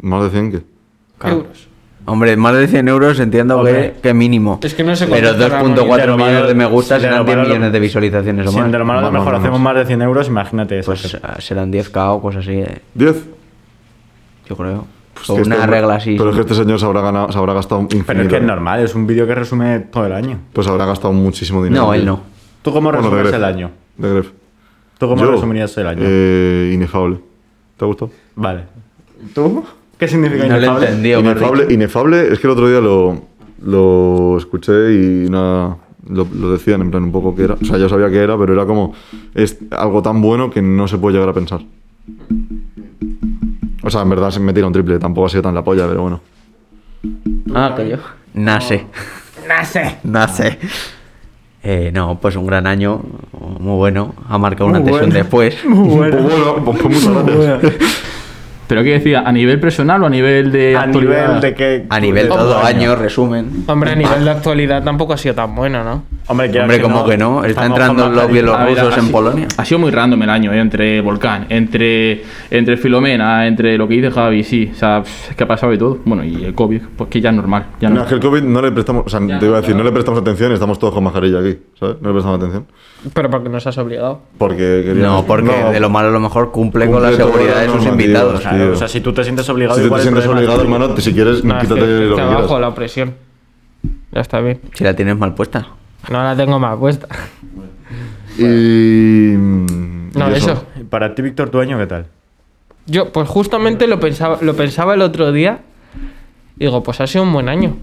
Más de 100 que.
Euros.
Hombre, más de 100 euros entiendo
Hombre.
que, que mínimo.
Es que no sé
Pero
cuánto estará,
¿no? De
2.4
lo malo-
millones de me gustas
de lo
serán 10
malo-
millones de visualizaciones o
si
más.
de lo malo a lo
Más, más,
mejor
más,
hacemos
más.
más de 100 euros, imagínate eso.
Pues ah, serán 10k o cosas así, eh,
¿10?
yo creo.
Pues
o
que este
una
hombre-
regla así.
Pero es que este señor se habrá, ganado, se habrá gastado infinito.
Pero es que es normal, es un vídeo que resume todo el año.
Pues habrá gastado muchísimo dinero.
No, él no.
¿Tú cómo
Bueno, de
resumes
Gref.
el año?
De Gref.
¿Tú cómo
Yo,
resumirías el año?
eh, inefable. ¿Te ha gustado?
Vale. ¿Tú? ¿Qué significa
No lo
inefable?
entendió,
Inefable, inefable, es que el otro día lo, lo escuché y nada, lo, lo decían en plan un poco que era. O sea, yo sabía que era, pero era como. Es algo tan bueno que no se puede llegar a pensar. O sea, en verdad se me tira un triple, tampoco ha sido tan la polla, pero bueno.
Ah, que yo. Nace.
¡Nace!
Nace. Eh, no, pues un gran año, muy bueno. Ha marcado un
Muy
antes y un
bueno.
después.
Muy
Pues
bueno.
bueno, pues muchas gracias.
Pero qué decía, ¿a nivel personal o a nivel de
A
actualidad?
nivel de que.
A nivel
de
todo año, resumen.
Hombre, a nivel de actualidad tampoco ha sido tan bueno, ¿no?
Hombre, quieras
Hombre, ¿cómo que no? Está
estamos
entrando
con
los
mascarilla.
bielorrusos.
A ver,
rusos
ha
en
sido-
Polonia.
Ha sido muy random el año, ¿eh? entre Volcán, entre, entre Filomena, entre lo que dice Javi, sí. O sea, pff, es que ha pasado de todo. Bueno, y el COVID, pues que ya es normal. Ya
No,
no.
es que el COVID no le prestamos. O sea, te iba a decir, no le prestamos atención y estamos todos con mascarilla aquí, ¿sabes? No le prestamos atención.
Pero porque nos has obligado.
Porque queríamos-
No, porque de lo malo a lo mejor cumple, con la
Cumple todas
seguridad de
las
sus
normativas,
invitados.
claro.
Claro, o sea, si tú te sientes obligado,
Si te,
igual el
sientes
problema es
obligado,
tuyo.
hermano, si quieres,
No, es que
quítate
estoy
lo que
abajo
quieras.
la opresión. Ya está bien.
Si la tienes mal puesta.
No la tengo más puesta.
Y. mm,
No,
y
eso.
Para ti, Víctor, tu año, ¿qué tal?
Yo, pues justamente lo pensaba, lo pensaba el otro día. Digo, pues ha sido un buen año.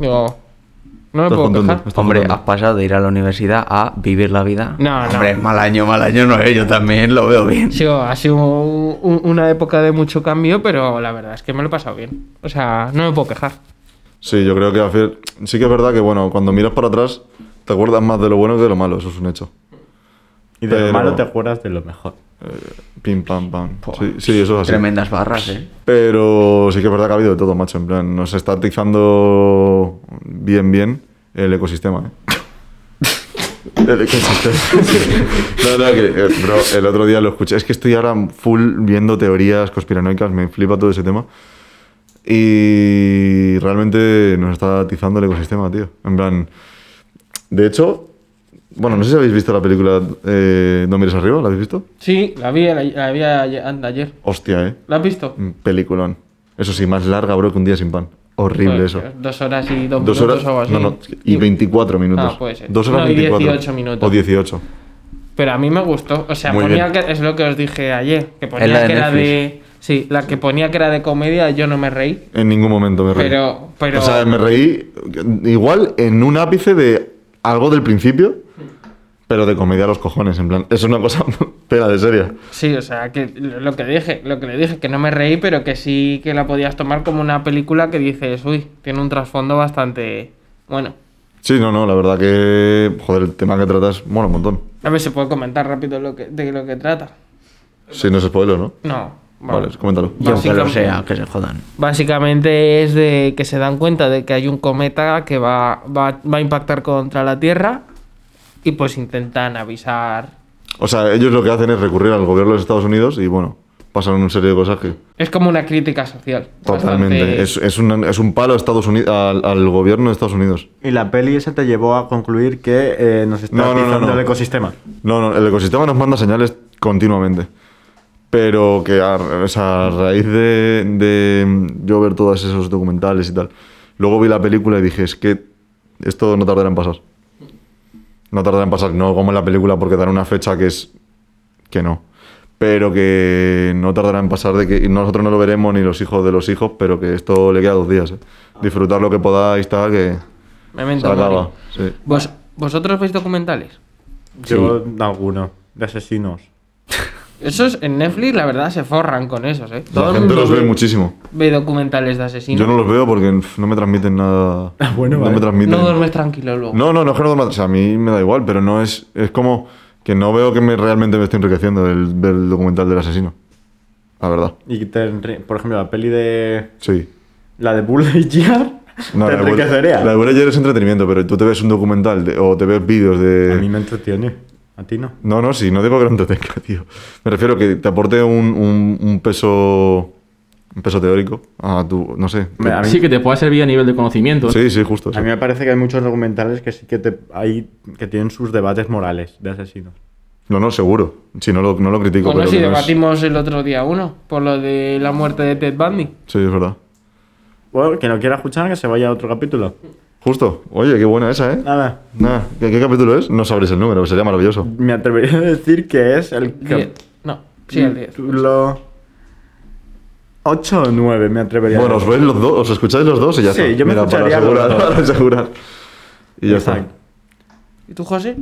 Digo, no me
Estás
puedo
contento,
quejar.
estás
Hombre,
contento.
has pasado de ir a la universidad a vivir la vida.
No, no.
Hombre, mal año, mal año no es. Yo también lo veo bien.
Ha sido, ha sido un- un- una época de mucho cambio, pero la verdad es que me lo he pasado bien. O sea, no me puedo quejar.
Sí, yo creo que al fin- sí que es verdad que bueno, cuando miras para atrás te acuerdas más de lo bueno que de lo malo, eso es un hecho.
Y de lo
Pero-
malo te acuerdas de lo mejor.
Pim pam pam. Sí, sí, eso es así.
Tremendas barras, eh.
Pero sí que es verdad que ha habido de todo, macho, en plan nos está atizando bien bien el ecosistema, ¿eh? El ecosistema. No, no, que, eh, bro, el otro día lo escuché. Es que estoy ahora full viendo teorías conspiranoicas, me flipa todo ese tema. Y realmente nos está atizando el ecosistema, tío. En plan. De hecho, bueno, no sé si habéis visto la película eh, No mires arriba, ¿la habéis visto?
Sí, la vi, la, la vi ayer, anda, ayer.
Hostia, eh.
¿La has visto?
Mm, Peliculón. Eso sí, más larga, bro, que un día sin pan. Horrible
Pues,
eso.
Dos horas y dos,
Dos
minutos
horas.
o algo así.
No, no, y 24 minutos.
Ah, puede ser.
Dos horas
No, y
24.
18 minutos.
O 18.
Pero a mí me gustó. O sea,
Muy
ponía
bien.
que. Es lo que os dije ayer. Que ponía
Es la de
que era de.
Netflix.
Sí, la que ponía que era de comedia, yo no me reí.
En ningún momento me reí.
Pero. pero
O sea, me reí igual en un ápice de algo del principio, pero de comedia a los cojones, en plan. Es una cosa pela de seria.
Sí, o sea, que lo lo que dije, lo que le dije, que no me reí, pero que sí que la podías tomar como una película que dices, uy, tiene un trasfondo bastante. Bueno.
Sí, no, no, la verdad que. Joder, el tema que tratas mola un montón.
A ver, se puede comentar rápido lo que, de lo que trata.
Sí, no es spoiler, ¿no?
No.
Vale, coméntalo.
Yo aunque lo
Básicamente-
sea, que se jodan.
Básicamente es de que se dan cuenta de que hay un cometa que va, va, va a impactar contra la Tierra y pues intentan avisar.
O sea, ellos lo que hacen es recurrir al gobierno de los Estados Unidos y bueno, pasan una serie de cosas que.
Es como una crítica social.
Totalmente.
bastante-
Es, es un, es un palo a Estados Unidos, al, al gobierno de Estados Unidos.
Y la peli esa te llevó a concluir que eh, nos está
No, no, no,
atizando
no.
el ecosistema.
No, no, el ecosistema nos manda señales continuamente. Pero que a, o sea, a raíz de, de yo ver todos esos documentales y tal, luego vi la película y dije, es que esto no tardará en pasar. No tardará en pasar, no como en la película porque dan una fecha que es que no. Pero que no tardará en pasar de que y nosotros no lo veremos ni los hijos de los hijos, pero que esto le queda dos días. ¿eh? Disfrutar lo que podáis, tal, que se
Memento
acaba.
mori.
Sí.
Vos- ¿Vosotros veis documentales?
Yo, alguno. De asesinos.
Esos en Netflix, la verdad, se forran con esos, ¿eh?
La
el
gente
mundo
los ve muchísimo.
ve documentales de asesinos.
Yo no los veo porque pf, no me transmiten nada.
Ah, bueno,
no
vale.
me transmiten.
No duermes tranquilo luego.
no, no, no es que no duerma- O sea, a mí me da igual, pero no es. Es como que no veo que me, realmente me estoy enriqueciendo el ver el documental del asesino. La verdad.
Y te enri- por ejemplo, la peli de.
Sí.
La de Bull Lightyear.
No,
te
la de Bull-
enriquecería.
La de Bull Lightyear es entretenimiento, pero tú te ves un documental de- o te ves vídeos de.
A mí me entretiene. A ti no.
No, no, sí, no digo que lo entretenga, tío. Me refiero que te aporte un, un- un peso. Un peso teórico a tu. No sé.
Me- a mí-
Sí, que te pueda servir a nivel de conocimiento. ¿eh?
Sí, sí, justo. sí.
A mí me parece que hay muchos documentales que sí que te hay que tienen sus debates morales de asesinos.
No, no, seguro. Si no lo, no lo critico.
Bueno,
pero
si
que no es-
debatimos el otro día uno, por lo de la muerte de Ted Bundy.
Sí, es verdad.
Bueno, quien lo quiera escuchar, que se vaya a otro capítulo.
Justo. Oye, qué buena esa, ¿eh?
Nada,
Nah, ¿qué, qué capítulo es? No sabréis el número, sería maravilloso.
me atrevería a decir que es el
Die- No, sí, el 10.
capítulo 8 o 9, me atrevería
Bueno,
a
os
decir.
veis los dos, os escucháis los dos y ya
Sí,
está.
yo me
Mira, para
escucharía los
asegurar,
dos.
para asegurar. Y ya está.
Exacto.
¿Y tú, José?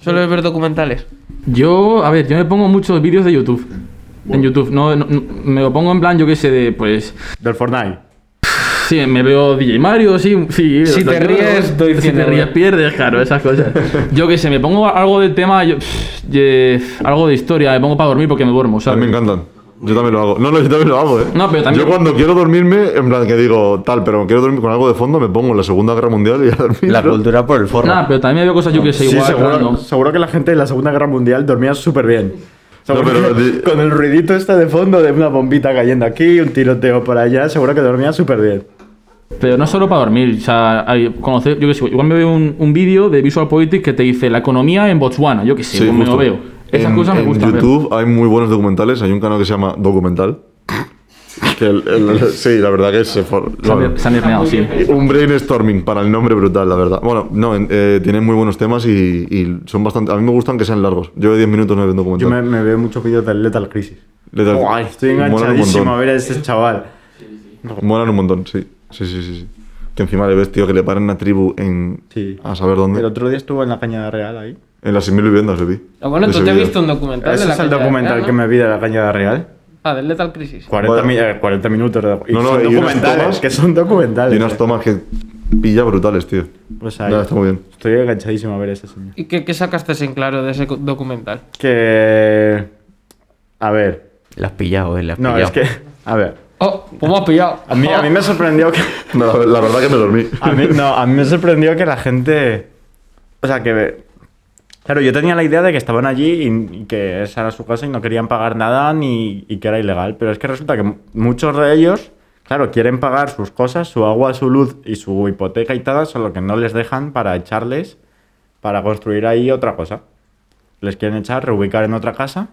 Solo es ver documentales.
Yo, a ver, yo me pongo muchos vídeos de YouTube. En YouTube, no, no- no- me lo pongo en plan, yo qué sé, de pues.
Del Fortnite.
Sí, me veo DJ Mario, sí, sí.
Si te ríes, doy
Si
100
te
euros.
ríes, pierdes, claro, esas cosas. Yo qué sé, me pongo algo de tema, yo, pff, de- algo de historia, me pongo para dormir porque me duermo,
A mí
¿sabes?
me encantan. Yo también lo hago. No, no, yo también lo hago, ¿eh?
No, pero también-
Yo cuando quiero dormirme, en plan que digo tal, pero quiero dormir con algo de fondo, me pongo la Segunda Guerra Mundial y a dormir.
La
¿no?
cultura por el forro.
Nada, Ah, pero también me veo cosas, yo que sé,
Sí,
igual.
seguro,
random.
seguro que la gente de la Segunda Guerra Mundial dormía súper bien. Seguro
No, pero
que
di-
con el ruidito este de fondo de una bombita cayendo aquí, un tiroteo por allá, seguro que dormía súper bien.
Pero no solo para dormir, o sea, hay- conocer, yo qué sé, igual me veo un, un vídeo de Visual Poetic que te dice la economía en Botswana, yo qué sé,
Sí,
pues me lo
justo.
veo. Esas
En-
cosas me
en
gustan. ver.
YouTube hay muy buenos documentales. Hay un canal que se llama Documental. Que el- el- el- sí, la verdad que se for-
Se han-
bueno.
Se han desmeado, sí.
Un brainstorming para el nombre brutal, la verdad. Bueno, no, en- eh, tienen muy buenos temas y, y son bastante. A mí me gustan que sean largos. Yo de 10 minutos no veo un
Yo
documental.
me, me veo muchos vídeos del Lethal Crisis.
Le da-
Buah, estoy
molan un
enganchadísimo a
montón.
ver a ese chaval.
Molan un montón, sí. Sí, sí, sí. sí. Que encima le ves, tío, que le paran una tribu en.
Sí.
A saber dónde.
El otro día estuvo en la Cañada Real ahí.
En las 6.000 viviendas le vi.
Ah, bueno,
De
tú
ese
te has
vídeo.
visto un documental de
Ese
la
es el
Cañada
documental
Real,
que
¿no?
me vi de la Cañada Real.
Ah, del Lethal Crisis.
40,
Bueno.
mi- eh, 40 minutos. de- Y
No, no,
son
y unas
documentales,
tomas-
que son documentales.
Y unas tomas que pilla brutales, tío.
Pues ahí.
Nada, está muy bien.
Estoy enganchadísimo a ver a ese señor.
¿Y qué, qué sacaste en claro de ese co- documental?
Eh, Que. A ver.
La has pillado, eh, la has
No,
pillado.
es que. A ver.
¡Oh! ¿Cómo has pillado?
A mí, a mí me sorprendió que.
No, la, la verdad que me dormí.
A mí, no, a mí me sorprendió que la gente. O sea, que. Claro, yo tenía la idea de que estaban allí y, y que esa era su casa y no querían pagar nada ni y que era ilegal. Pero es que resulta que mu- muchos de ellos, claro, quieren pagar sus cosas, su agua, su luz y su hipoteca y tal, solo que no les dejan para echarles para construir ahí otra cosa. Les quieren echar, reubicar en otra casa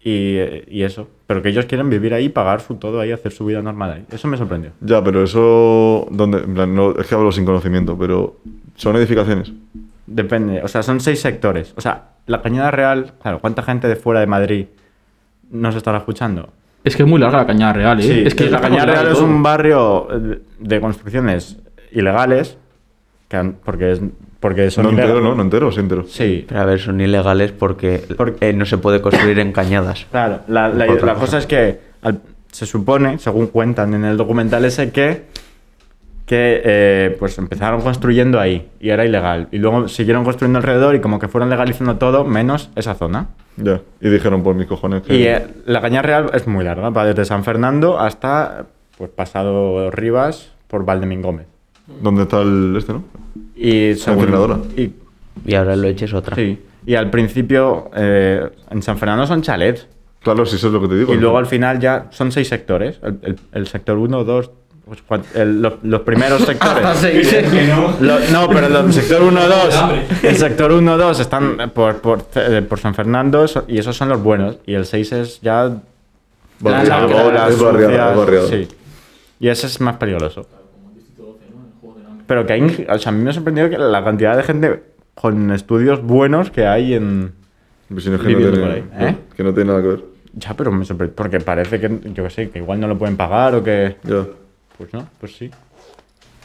y, eh, y eso. Pero que ellos quieren vivir ahí, pagar su todo ahí, hacer su vida normal ahí. Eso me sorprendió.
Ya, pero eso. ¿dónde? En plan, no, es que hablo sin conocimiento, pero. Son edificaciones.
Pues Depende, o sea, son seis sectores. O sea, la Cañada Real, claro, ¿cuánta gente de fuera de Madrid nos estará escuchando?
Es que es muy larga la cañada real, ¿eh? es que
la
está
Cañada
colgada
Real
de
es
todo.
un barrio eh, de construcciones ilegales, que han- porque, es, porque son
no
ilegales.
entero, ¿no? No entero, sí entero.
Sí,
Pero a ver, son ilegales porque
Por-
eh, no se puede construir en cañadas.
claro. La, la-
Otra
la
cosa.
cosa es que al- se supone, según cuentan en el documental ese, que, que eh, pues empezaron construyendo ahí y era ilegal. Y luego siguieron construyendo alrededor y como que fueron legalizando todo menos esa zona.
Ya. Y dijeron por mis cojones que.
Y eh, la caña real es muy larga, va desde San Fernando hasta pues pasado Rivas por Valdemín Gómez.
¿Dónde está el este, no?
Y según-
Envenenadora.
y,
Y ahora lo eches otra.
sí, y al principio eh, en San Fernando son chalets.
Claro, sí, eso es lo que te digo.
Y luego al final ya son seis sectores. El, el- el sector 1, 2, los, los primeros
Ah,
sectores.
sí, sí.
Lo- no, pero el sector 1, 2. El sector 1, 2 están eh, por, por, eh, por San Fernando so- y esos son los buenos. Y el 6 es ya Las
Barriada, barriada,
bolas
es barriada,
sucias,
es barriada.
sí. Y ese es más peligroso. Pero que hay, o sea, a mí me ha sorprendido que la cantidad de gente con estudios buenos que hay en...
Pues si no es que, no
Viviendo
tiene,
por ahí, ¿eh?
que no tiene nada que ver.
Ya, pero me sorprendió, porque parece que, yo qué sé, que igual no lo pueden pagar o que...
Ya.
Pues no, pues sí.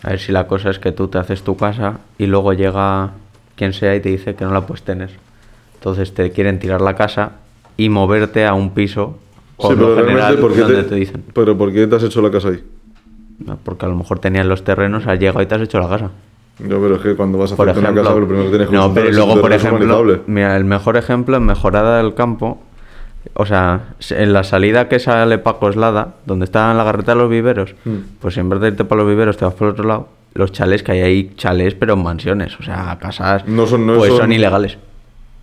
A ver si la cosa es que tú te haces tu casa y luego llega quien sea y te dice que no la puedes tener. Entonces te quieren tirar la casa y moverte a un piso o
sí,
a uno
pero realmente,
general
¿por qué
donde
te,
te dicen.
pero ¿por qué te has hecho la casa ahí?
No, Porque a lo mejor tenían los terrenos, has llegado y te has hecho la casa.
No, pero es que cuando vas a
Por
hacerte
ejemplo,
una casa, lo primero que tienes que
no,
consultar
pero
es si
luego,
tu
por
terreno es
ejemplo,
urbanizable.
mira, el mejor ejemplo en Mejorada del Campo, o sea, s- en la salida que sale Paco Eslada, donde está la garreta de los viveros,
Mm.
pues en vez de irte para los viveros, te vas por el otro lado. Los chalés que hay ahí, chalés, pero mansiones, o sea, casas,
No son- no
pues
son-
son ilegales.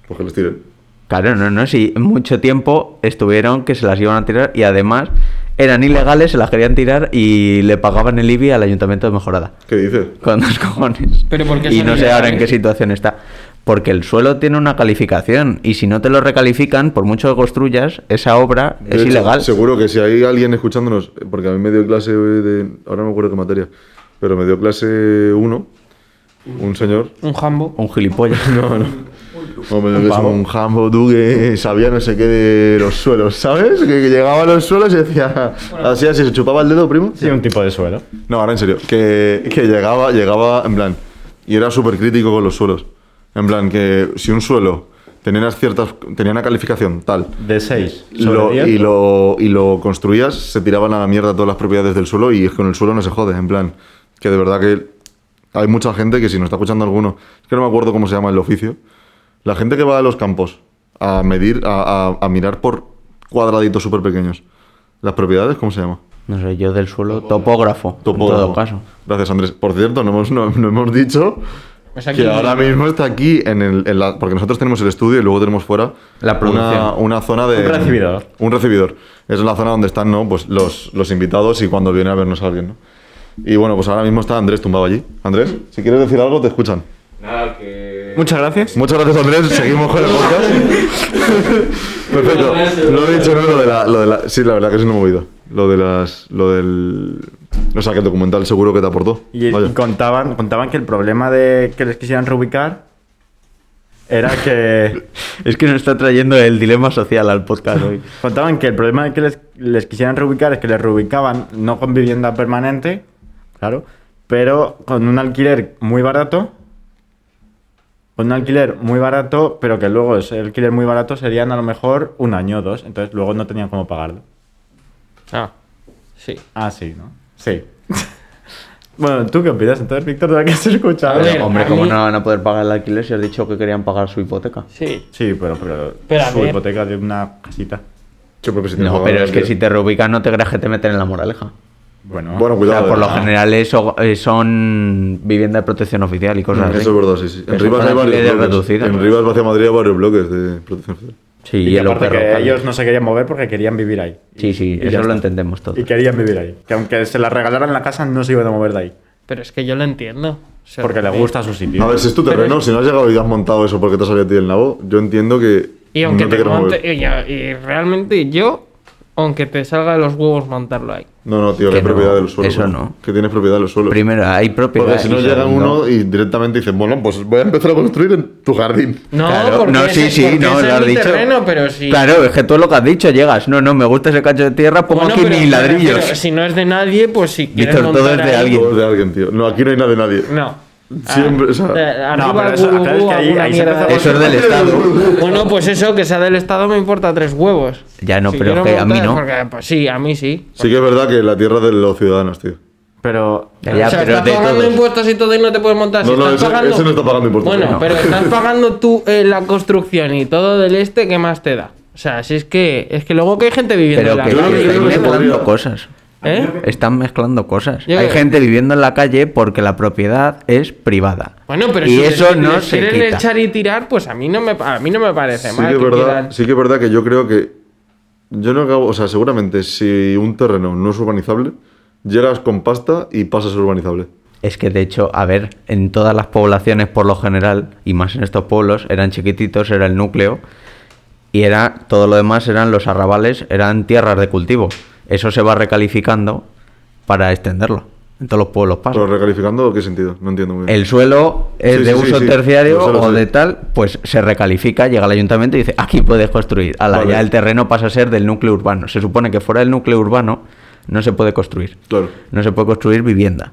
Pues que les tiren.
Claro, no, no, sí, mucho tiempo estuvieron que se las iban a tirar y además eran ilegales, se las querían tirar y le pagaban el IBI al ayuntamiento de Mejorada.
¿Qué dices?
Con dos cojones.
Pero ¿por qué
y
son
no sé ahora en
ilegales?
qué situación está. Porque el suelo tiene una calificación y si no te lo recalifican, por mucho que construyas, esa obra
De
es
hecho,
ilegal.
Seguro que si hay alguien escuchándonos, porque a mí me dio clase de. Ahora no me acuerdo qué materia, pero me dio clase uno, un señor.
Un jambo.
Un gilipollas.
No, no. No, me dio clase
pavo.
un jambo, tú que sabía no sé qué de los suelos, ¿sabes? Que, que llegaba a los suelos y decía. Así, así, se chupaba el dedo, primo.
Sí, un tipo de suelo.
No, ahora en serio. Que, que llegaba, llegaba, en plan. Y era súper crítico con los suelos. En plan, que si un suelo tenía unas ciertas. tenía una calificación tal.
De 6.
Lo- y, lo, y lo construías, se tiraban a la mierda todas las propiedades del suelo y es que con el suelo no se jode, en plan, que de verdad que hay mucha gente que si nos está escuchando alguno, es que no me acuerdo cómo se llama el oficio, la gente que va a los campos a medir, a, a- a mirar por cuadraditos súper pequeños, las propiedades, ¿cómo se llama?
No sé, yo del suelo, topógrafo. En todo caso.
Gracias, Andrés. Por cierto, no hemos, no- no hemos dicho
Es Pues aquí.
que ahora mismo está aquí en el. en la- porque nosotros tenemos el estudio y luego tenemos fuera
La producción.
Una, una zona de.
Un recibidor.
Un recibidor. Es la zona donde están ¿no? pues los, los invitados y cuando viene a vernos alguien. ¿no? Y bueno, pues ahora mismo está Andrés tumbado allí. Andrés, si quieres decir algo, te escuchan.
Muchas gracias.
Muchas gracias, Andrés. Seguimos con el podcast. Perfecto. Lo he dicho, ¿no? Lo de, la, lo de la- Sí, la verdad que sí no me he oído. Lo de las. Lo del. O sea, que el documental seguro que te aportó.
Y, y
Vaya.
contaban, contaban que el problema de que les quisieran reubicar era que.
Es que nos está trayendo el dilema social al podcast hoy.
Contaban que el problema de que les, les quisieran reubicar es que les reubicaban no con vivienda permanente, claro, pero con un alquiler muy barato. Con un alquiler muy barato, pero que luego ese alquiler muy barato serían a lo mejor un año o dos, entonces luego no tenían cómo pagarlo.
Ah, sí.
Ah, sí, ¿no? Sí. bueno, ¿tú qué opinas entonces, Víctor, de la que has escuchado?
A ver,
Hombre, ¿cómo
mí-
no van a poder pagar el alquiler si has dicho que querían pagar su hipoteca?
Sí.
Sí, pero, pero,
Pero a
su
ver.
hipoteca de una casita.
Sí, ¿eh? porque si te
No,
roban
pero
el
es que
alquiler.
si te reubicas no te creas que te meten en la moraleja.
Bueno,
Bueno,
O sea,
cuidado.
por
eh.
lo general eso, eh, son vivienda de protección oficial y cosas así.
Eso es verdad, sí, sí. En
Pues Eso
Rivas
para
hay
alquileres
varios bloques.
reducidos.
En Rivas, hacia Madrid, hay varios bloques de protección oficial.
Sí,
y,
y,
que
el
aparte
perro,
que
claro.
ellos no se querían mover porque querían vivir ahí.
Sí, sí,
ya
eso lo
está.
entendemos todos.
Y querían vivir ahí. Que aunque se la regalaran la casa, no se iban a mover de ahí.
Pero es que yo lo entiendo. O sea,
Porque le
a mí-
gusta su sitio.
A ver, si es tu
Pero-
terreno, si no has llegado y has montado eso porque te has salido a ti del nabo, yo entiendo que.
Y aunque
no
te,
quieras mover.
monte- y, y realmente yo, aunque te salga de los huevos montarlo ahí.
No, no, tío, que,
Que
hay propiedad
no,
de los suelos.
eso
¿no?
no.
Que tienes propiedad de los suelos.
Primero, hay propiedad.
porque si no
y
llega
segundo-
uno y directamente dice, bueno, pues voy a empezar a construir en tu jardín.
No,
Claro,
porque
no, sí,
ese-
sí,
porque
no,
ese
lo
es
has
mi
dicho.
terreno, pero sí.
Claro, es que tú lo que has dicho, llegas. No, no, me gusta ese cacho de tierra, pongo
Bueno,
aquí
pero-
mis ladrillos.
pero si no es de nadie, pues si quieres
Víctor, todo
montar
es de
ahí-
alguien.
Todo es de alguien, tío. No, aquí no hay nada de nadie.
¿eh? No. Ah,
Siempre, o sea-
de- arriba,
pero eso-
bu, bu,
claro, es que ahí-
alguna
ahí se
mierda
empezó
de-
Eso es del Estado.
Bueno, pues eso, que sea del Estado me importa tres huevos.
Ya no,
Si
pero
quiero
es que a mí
montar-
no.
porque, pues sí, a mí sí.
Sí que es verdad que la tierra es de los ciudadanos, tío.
Pero.
Ya, ya,
o sea,
pero
estás
de
pagando
todos.
impuestos y todo y no te puedes montar.
No,
Si
no,
estás
ese,
pagando-
ese no está pagando impuestos.
Bueno,
No.
pero estás pagando tú eh, la construcción y todo del este, ¿qué más te da? O sea, si es que es que luego que hay gente viviendo
Pero
en la
que,
Yo creo que
calle.
estáis
creo que se
mezclando
podría.
cosas.
¿Eh?
Están mezclando cosas.
Yo
Hay
creo-
gente viviendo en la calle porque la propiedad es privada.
Bueno, pero
y
si les-
eso no
les
se
quieren
quita.
echar y tirar, pues a mí no me a mí no me
Eh,
parece
sí
mal
que, es
que
verdad,
quieran-
sí que es verdad que yo creo que. Yo no acabo. O sea, seguramente si un terreno no es urbanizable, llegas con pasta y pasas a urbanizable.
Es que de hecho, a ver, en todas las poblaciones por lo general, y más en estos pueblos, eran chiquititos, era el núcleo, y era todo lo demás eran los arrabales, eran tierras de cultivo. Eso se va recalificando para extenderlo. En todos los pueblos
Pero
pasa.
recalificando, ¿qué sentido? No entiendo muy bien.
El suelo es
Sí,
de
sí, sí,
uso
sí.
terciario
Lo sé, lo
o
sé.
de tal, pues se recalifica, llega al ayuntamiento y dice, aquí puedes construir. Ala,
Vale.
ya el terreno pasa a ser del núcleo urbano. Se supone que fuera del núcleo urbano no se puede construir
Claro.
no se puede construir vivienda.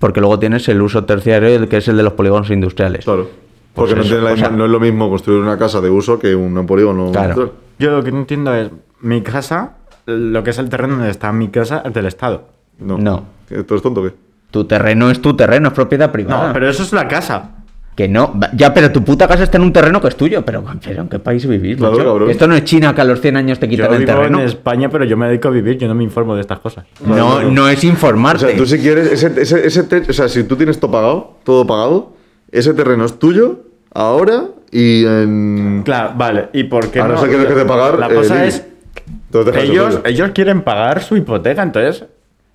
Porque luego tienes el uso terciario, que es el de los polígonos industriales.
Claro. Porque no,
Pues eso,
tiene la
o
misma-
sea-
no es lo mismo construir una casa de uso que un polígono.
Claro.
Yo lo que no entiendo es. Mi casa, lo que es el terreno donde está mi casa, es del Estado.
No.
No.
¿Esto es tonto o qué?
Tu terreno es tu terreno, es propiedad
No,
privada.
pero eso es la casa.
Que no, va- ya, pero tu puta casa está en un terreno que es tuyo. Pero, pero ¿en qué país vivís?
Claro,
macho?
cabrón.
Esto no es China que a los 100 años te
Yo
quitan el
vivo
terreno.
en España, pero yo me dedico a vivir, yo no me informo de estas cosas.
No, no es
O
informarte.
sea, tú si quieres, ese, ese, ese techo- o sea, si tú tienes todo pagado, todo pagado, ese terreno es tuyo ahora y en...
Claro, vale. ¿Y por qué
A no ser que dejes de pagar,
La
eh,
cosa
Lili.
es.
Entonces dejas de
Ellos,
tuyo.
ellos quieren pagar su hipoteca, entonces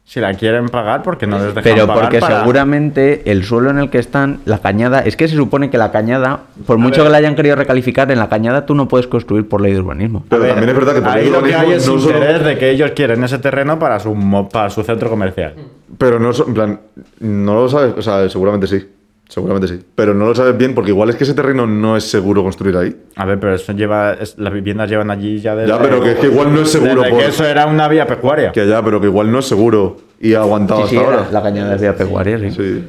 Si la quieren pagar, porque no les dejan
Pero
pagar
porque
para-
seguramente el suelo en el que están, la cañada, es que se supone que la cañada, por mucho que la hayan querido recalificar, en la cañada tú no puedes construir por ley de urbanismo.
Pero
A ver,
también es verdad que por
ahí
ley de
lo que hay
urbanismo
es
no solo-
interés de que ellos quieren ese terreno para su, mo- para su centro comercial.
Pero no, so- en plan, no lo sabes, o sea, seguramente sí, seguramente sí. Pero no lo sabes bien porque igual es que ese terreno no es seguro construir ahí.
A ver, pero eso lleva. es- las viviendas llevan allí ya desde.
Ya, pero que es que igual no es seguro
desde
por-
que eso era una vía pecuaria.
Que allá, pero que igual no es seguro y ha aguantado
Sí, sí,
hasta
la-
ahora.
la cañada es vía pecuaria, sí.
Sí.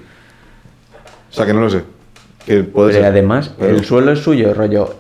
O sea, que no lo sé. Que puede
Pero
ser.
además,
Pero-
el suelo es suyo, rollo.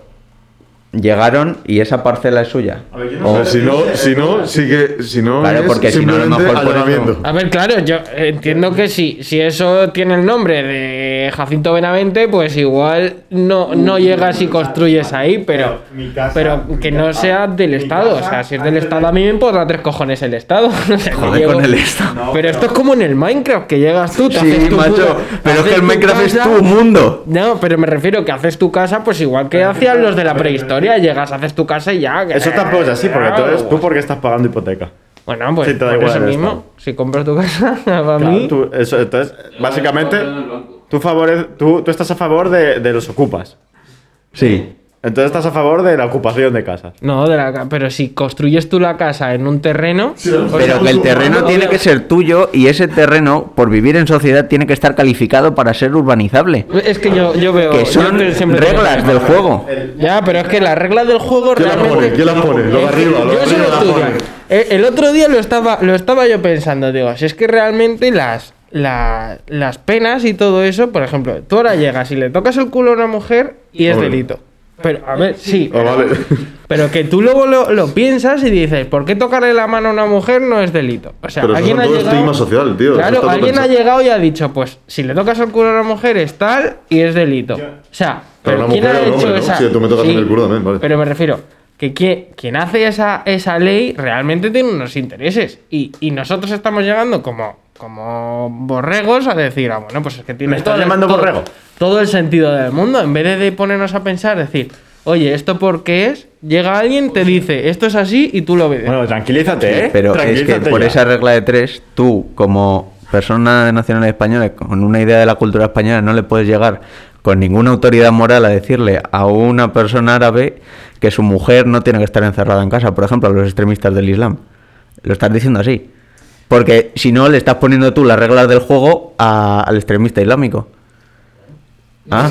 Llegaron y esa parcela es suya.
O sea, si no, si no, sí que, si no
Claro,
es
porque si no, a lo
simplemente
mejor por eso-
allanamiento.
A ver, claro, yo entiendo que si, si eso tiene el nombre de Jacinto Benavente, pues igual no, no llegas y construyes ahí, pero,
mi casa-
pero que
mi
no
casa-
sea del
mi
Estado. O
casa
sea, si es del
antes de-
Estado, a mí me importa tres cojones el Estado. O sea,
Joder,
yo
con el
llego-
Estado.
No,
pero esto es como en el Minecraft, que llegas tú, te haces
Sí,
tu
macho,
puto-
pero es que
haces
el
tu
Minecraft es
casa-
tu mundo.
No, pero me refiero que haces tu casa, pues igual que hacían los de la prehistoria, llegas, haces tu casa y ya.
Eso tampoco es así, porque tú eres tú porque estás pagando hipoteca.
Bueno, pues
Sí, te da
por
igual
eso
el
mismo,
Estado.
si compras tu casa, para
Claro,
mí...
tú- eso- entonces, básicamente, tú, favore- tú, tú estás a favor de, de los ocupas.
Sí.
Entonces estás a favor de la ocupación de casas.
No, de la, ca- pero si construyes tú la casa en un terreno,
Pero que el terreno tiene que ser tuyo y ese terreno, por vivir en sociedad, tiene que estar calificado para ser urbanizable.
es que yo, yo veo...
Que
yo
son
te- siempre
reglas del juego.
Ya, pero es que las reglas del juego
¿Quién las
realmente...
pone? ¿Quién las pone? Lo de arriba, lo de
Yo se
arriba
lo
las
estudio.
pone.
Eh, El otro día lo estaba, lo estaba yo pensando, digo, si es que realmente las, la- las penas y todo eso, por ejemplo, tú ahora llegas y le tocas el culo a una mujer y es
Hombre.
delito. Pero, a ver, sí.
Ah, vale.
Pero que tú luego lo, lo piensas y dices, ¿por qué tocarle la mano a una mujer no es delito? O sea,
Pero eso
alguien
es
ha
todo
llegado...
estigma social, tío. eso está
Claro,
todo
alguien ha
pensado.
llegado y ha dicho, pues si le tocas el culo a una mujer es tal y es delito. O sea,
Pero
pero
una
¿quién
mujer
ha
o un
hecho
hombre, ¿no?
esa?
Si tú me tocas en el culo también, vale.
Pero me refiero que quien, quien hace esa, esa ley realmente tiene unos intereses y, y nosotros estamos llegando como como borregos a decir, ah, bueno, pues es que tiene
¿Me estás
el-
llamando borrego?
todo el sentido del mundo, en vez de ponernos a pensar, decir, "Oye, esto por qué es?" Llega alguien, te dice, "Esto es así" y tú lo obedeces.
Bueno, tranquilízate, ¿eh?
Pero es que
Tranquilízate
por
ya.
esa regla de tres, tú como persona de nacionalidad española con una idea de la cultura española no le puedes llegar con ninguna autoridad moral a decirle a una persona árabe que su mujer no tiene que estar encerrada en casa, por ejemplo, a los extremistas del Islam. Lo estás diciendo así. Porque si no, le estás poniendo tú las reglas del juego a- al extremista islámico. ¿Ah?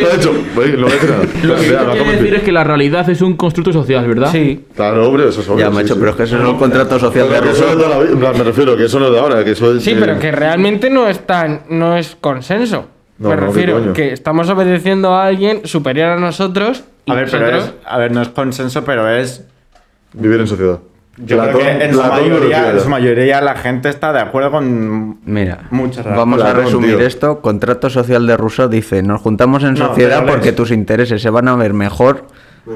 Lo ha hecho. Oye, No voy a decir nada.
Lo que
Espera,
quiero
va a comentar.
decir es que la realidad es un constructo social, ¿verdad?
Sí.
Claro, hombre, eso es obvio,
Ya, macho,
sí,
pero es
sí.
que eso es un contrato social de
Pero que
Rusia.
eso es de toda la vida, en plan, me refiero que eso no es de ahora, que eso es,
Sí,
eh,
pero que realmente no es tan, no es consenso.
No,
Me
no, qué coño.
refiero que estamos obedeciendo a alguien superior a nosotros. y
A ver, pero
nosotros-
es, a ver, no es consenso, pero es.
vivir en sociedad.
Yo
Platón-
creo que en su,
Platón me
mayoría,
refiero.
en su mayoría la gente está de acuerdo con.
Mira,
Muchas gracias.
vamos a
Platón,
resumir
tío.
esto. Contrato social de Rousseau dice, nos juntamos en
No,
sociedad
pero lees.
porque tus intereses se van a ver mejor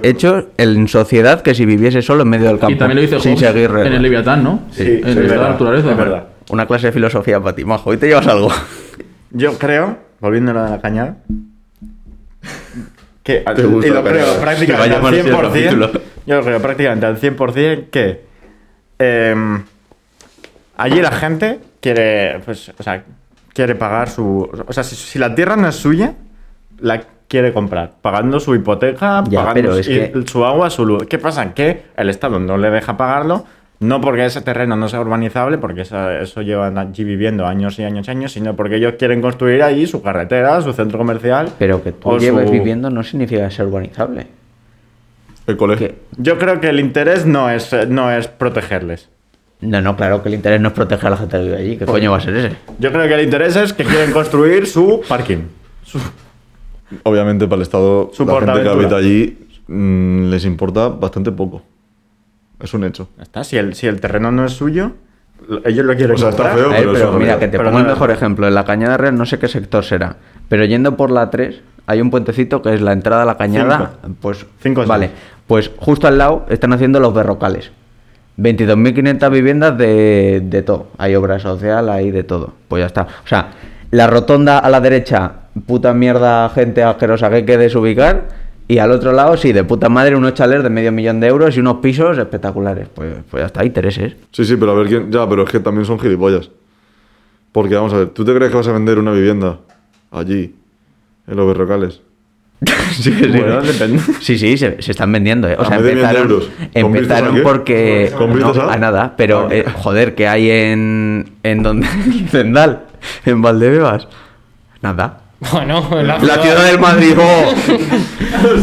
hechos en sociedad que si viviese solo en medio del campo.
Y también lo dice
sin
Hobbes
seguir
en el
reglas.
Leviatán, ¿no?
Sí,
en
sí,
el
es
Estado de la
verdad,
naturaleza.
es verdad.
Una clase de filosofía para ti, majo. Hoy te llevas algo.
Yo creo, volviendo a lo de la cañada, que
Te gusta
y
la
lo creo
cañada.
Te va a
prácticamente al
llamar así el
100%,
capítulo.
yo lo creo prácticamente al 100% que em, allí la gente quiere, pues, o sea, quiere pagar su... O sea, si, si la tierra no es suya, la quiere comprar, pagando su hipoteca,
Ya,
pagando
pero
su,
es que-
su agua, su luz. ¿Qué pasa? Que el Estado no le deja pagarlo, no porque ese terreno no sea urbanizable, porque eso, eso llevan allí viviendo años y años y años, sino porque ellos quieren construir allí su carretera, su centro comercial.
Pero que tú
o su-
lleves viviendo no significa ser urbanizable.
El colegio.
Que-
Yo creo que el interés no es, eh, no es protegerles.
No, no, claro que el interés no es proteger a la gente que vive allí. ¿Qué coño va a ser ese?
Yo creo que el interés es que quieren construir su parking.
Obviamente para el Estado,
Su
la gente que
Portaventura.
habita allí mm, les importa bastante poco. Es un hecho.
Ya Está, si el, si el terreno no es suyo, lo- ellos lo quieren
O sea, Pues está
comprar.
feo,
A ver,
pero
pero
eso
mira,
no-
que te
pero
pongo el
no-
mejor ejemplo. En la Cañada Real no sé qué sector será, pero yendo por la 3 hay un puentecito que es la entrada a la Cañada.
Cinco.
Pues,
Cinco es
vale,
más.
pues justo al lado están haciendo los berrocales. 22.500 viviendas de, de todo. Hay obra social, hay de todo. Pues ya está. O sea, la rotonda a la derecha, puta mierda, gente asquerosa que hay que desubicar. Y al otro lado, sí, de puta madre, unos chalés de medio millón de euros y unos pisos espectaculares. Pues, pues ya está, hay intereses.
Sí, sí, pero a ver quién. Ya, pero es que también son gilipollas. Porque vamos a ver, ¿tú te crees que vas a vender una vivienda allí, en los berrocales?
Sí, sí,
Bueno, depende.
sí, sí, se, se están vendiendo. eh. O
A
sea,
medio millón de
empezaron,
euros. ¿Con vistas a
empezaron
qué?
porque.
¿Con vistas
no,
a?
a nada, pero eh, joder, que hay en. ¿En donde? en Zendal, en Valdebebas. Nada.
Bueno, la,
La ciudad del Madrid, oh.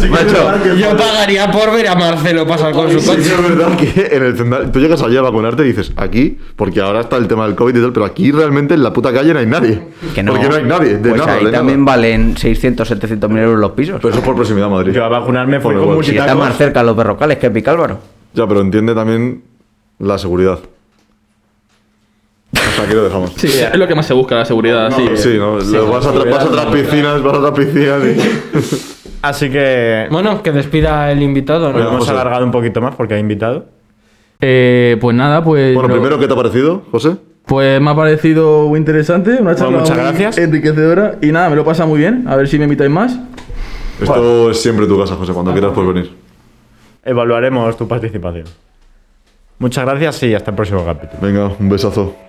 Macho,
Yo pagaría por ver a Marcelo pasar con su
Sí,
coche.
es verdad que en el Zendal, tú llegas allí a vacunarte y dices, aquí, porque ahora está el tema del COVID y tal, pero aquí realmente en la puta calle no hay nadie.
que no.
Porque no hay nadie, de
pues
nada,
ahí
de
también
nada.
valen 600, 700 mil euros los pisos.
Pero eso es por proximidad a Madrid.
Yo a vacunarme fui
Por
con
igual.
Pues si está más cerca los berrocales que Picálvaro.
Ya, pero entiende también la seguridad. Hasta aquí lo dejamos.
Sí, es lo que más se busca, la seguridad, sí.
Sí, ¿no? Lo- vas, a tra- vas a otras piscinas, vas a otras piscinas y...
Así que
Bueno, que despida el invitado, ¿no?
lo hemos
José.
alargado un poquito más porque ha invitado.
Eh, pues nada, pues.
Bueno,
lo-
primero, ¿qué te ha parecido, José?
Pues me ha parecido muy interesante, una charla
muchas
muy
gracias.
enriquecedora. Y nada, me lo pasa muy bien. A ver si me invitáis más.
Esto es siempre tu casa, José. Cuando quieras puedes venir.
Evaluaremos tu participación. Muchas gracias y hasta el próximo capítulo.
Venga, un besazo.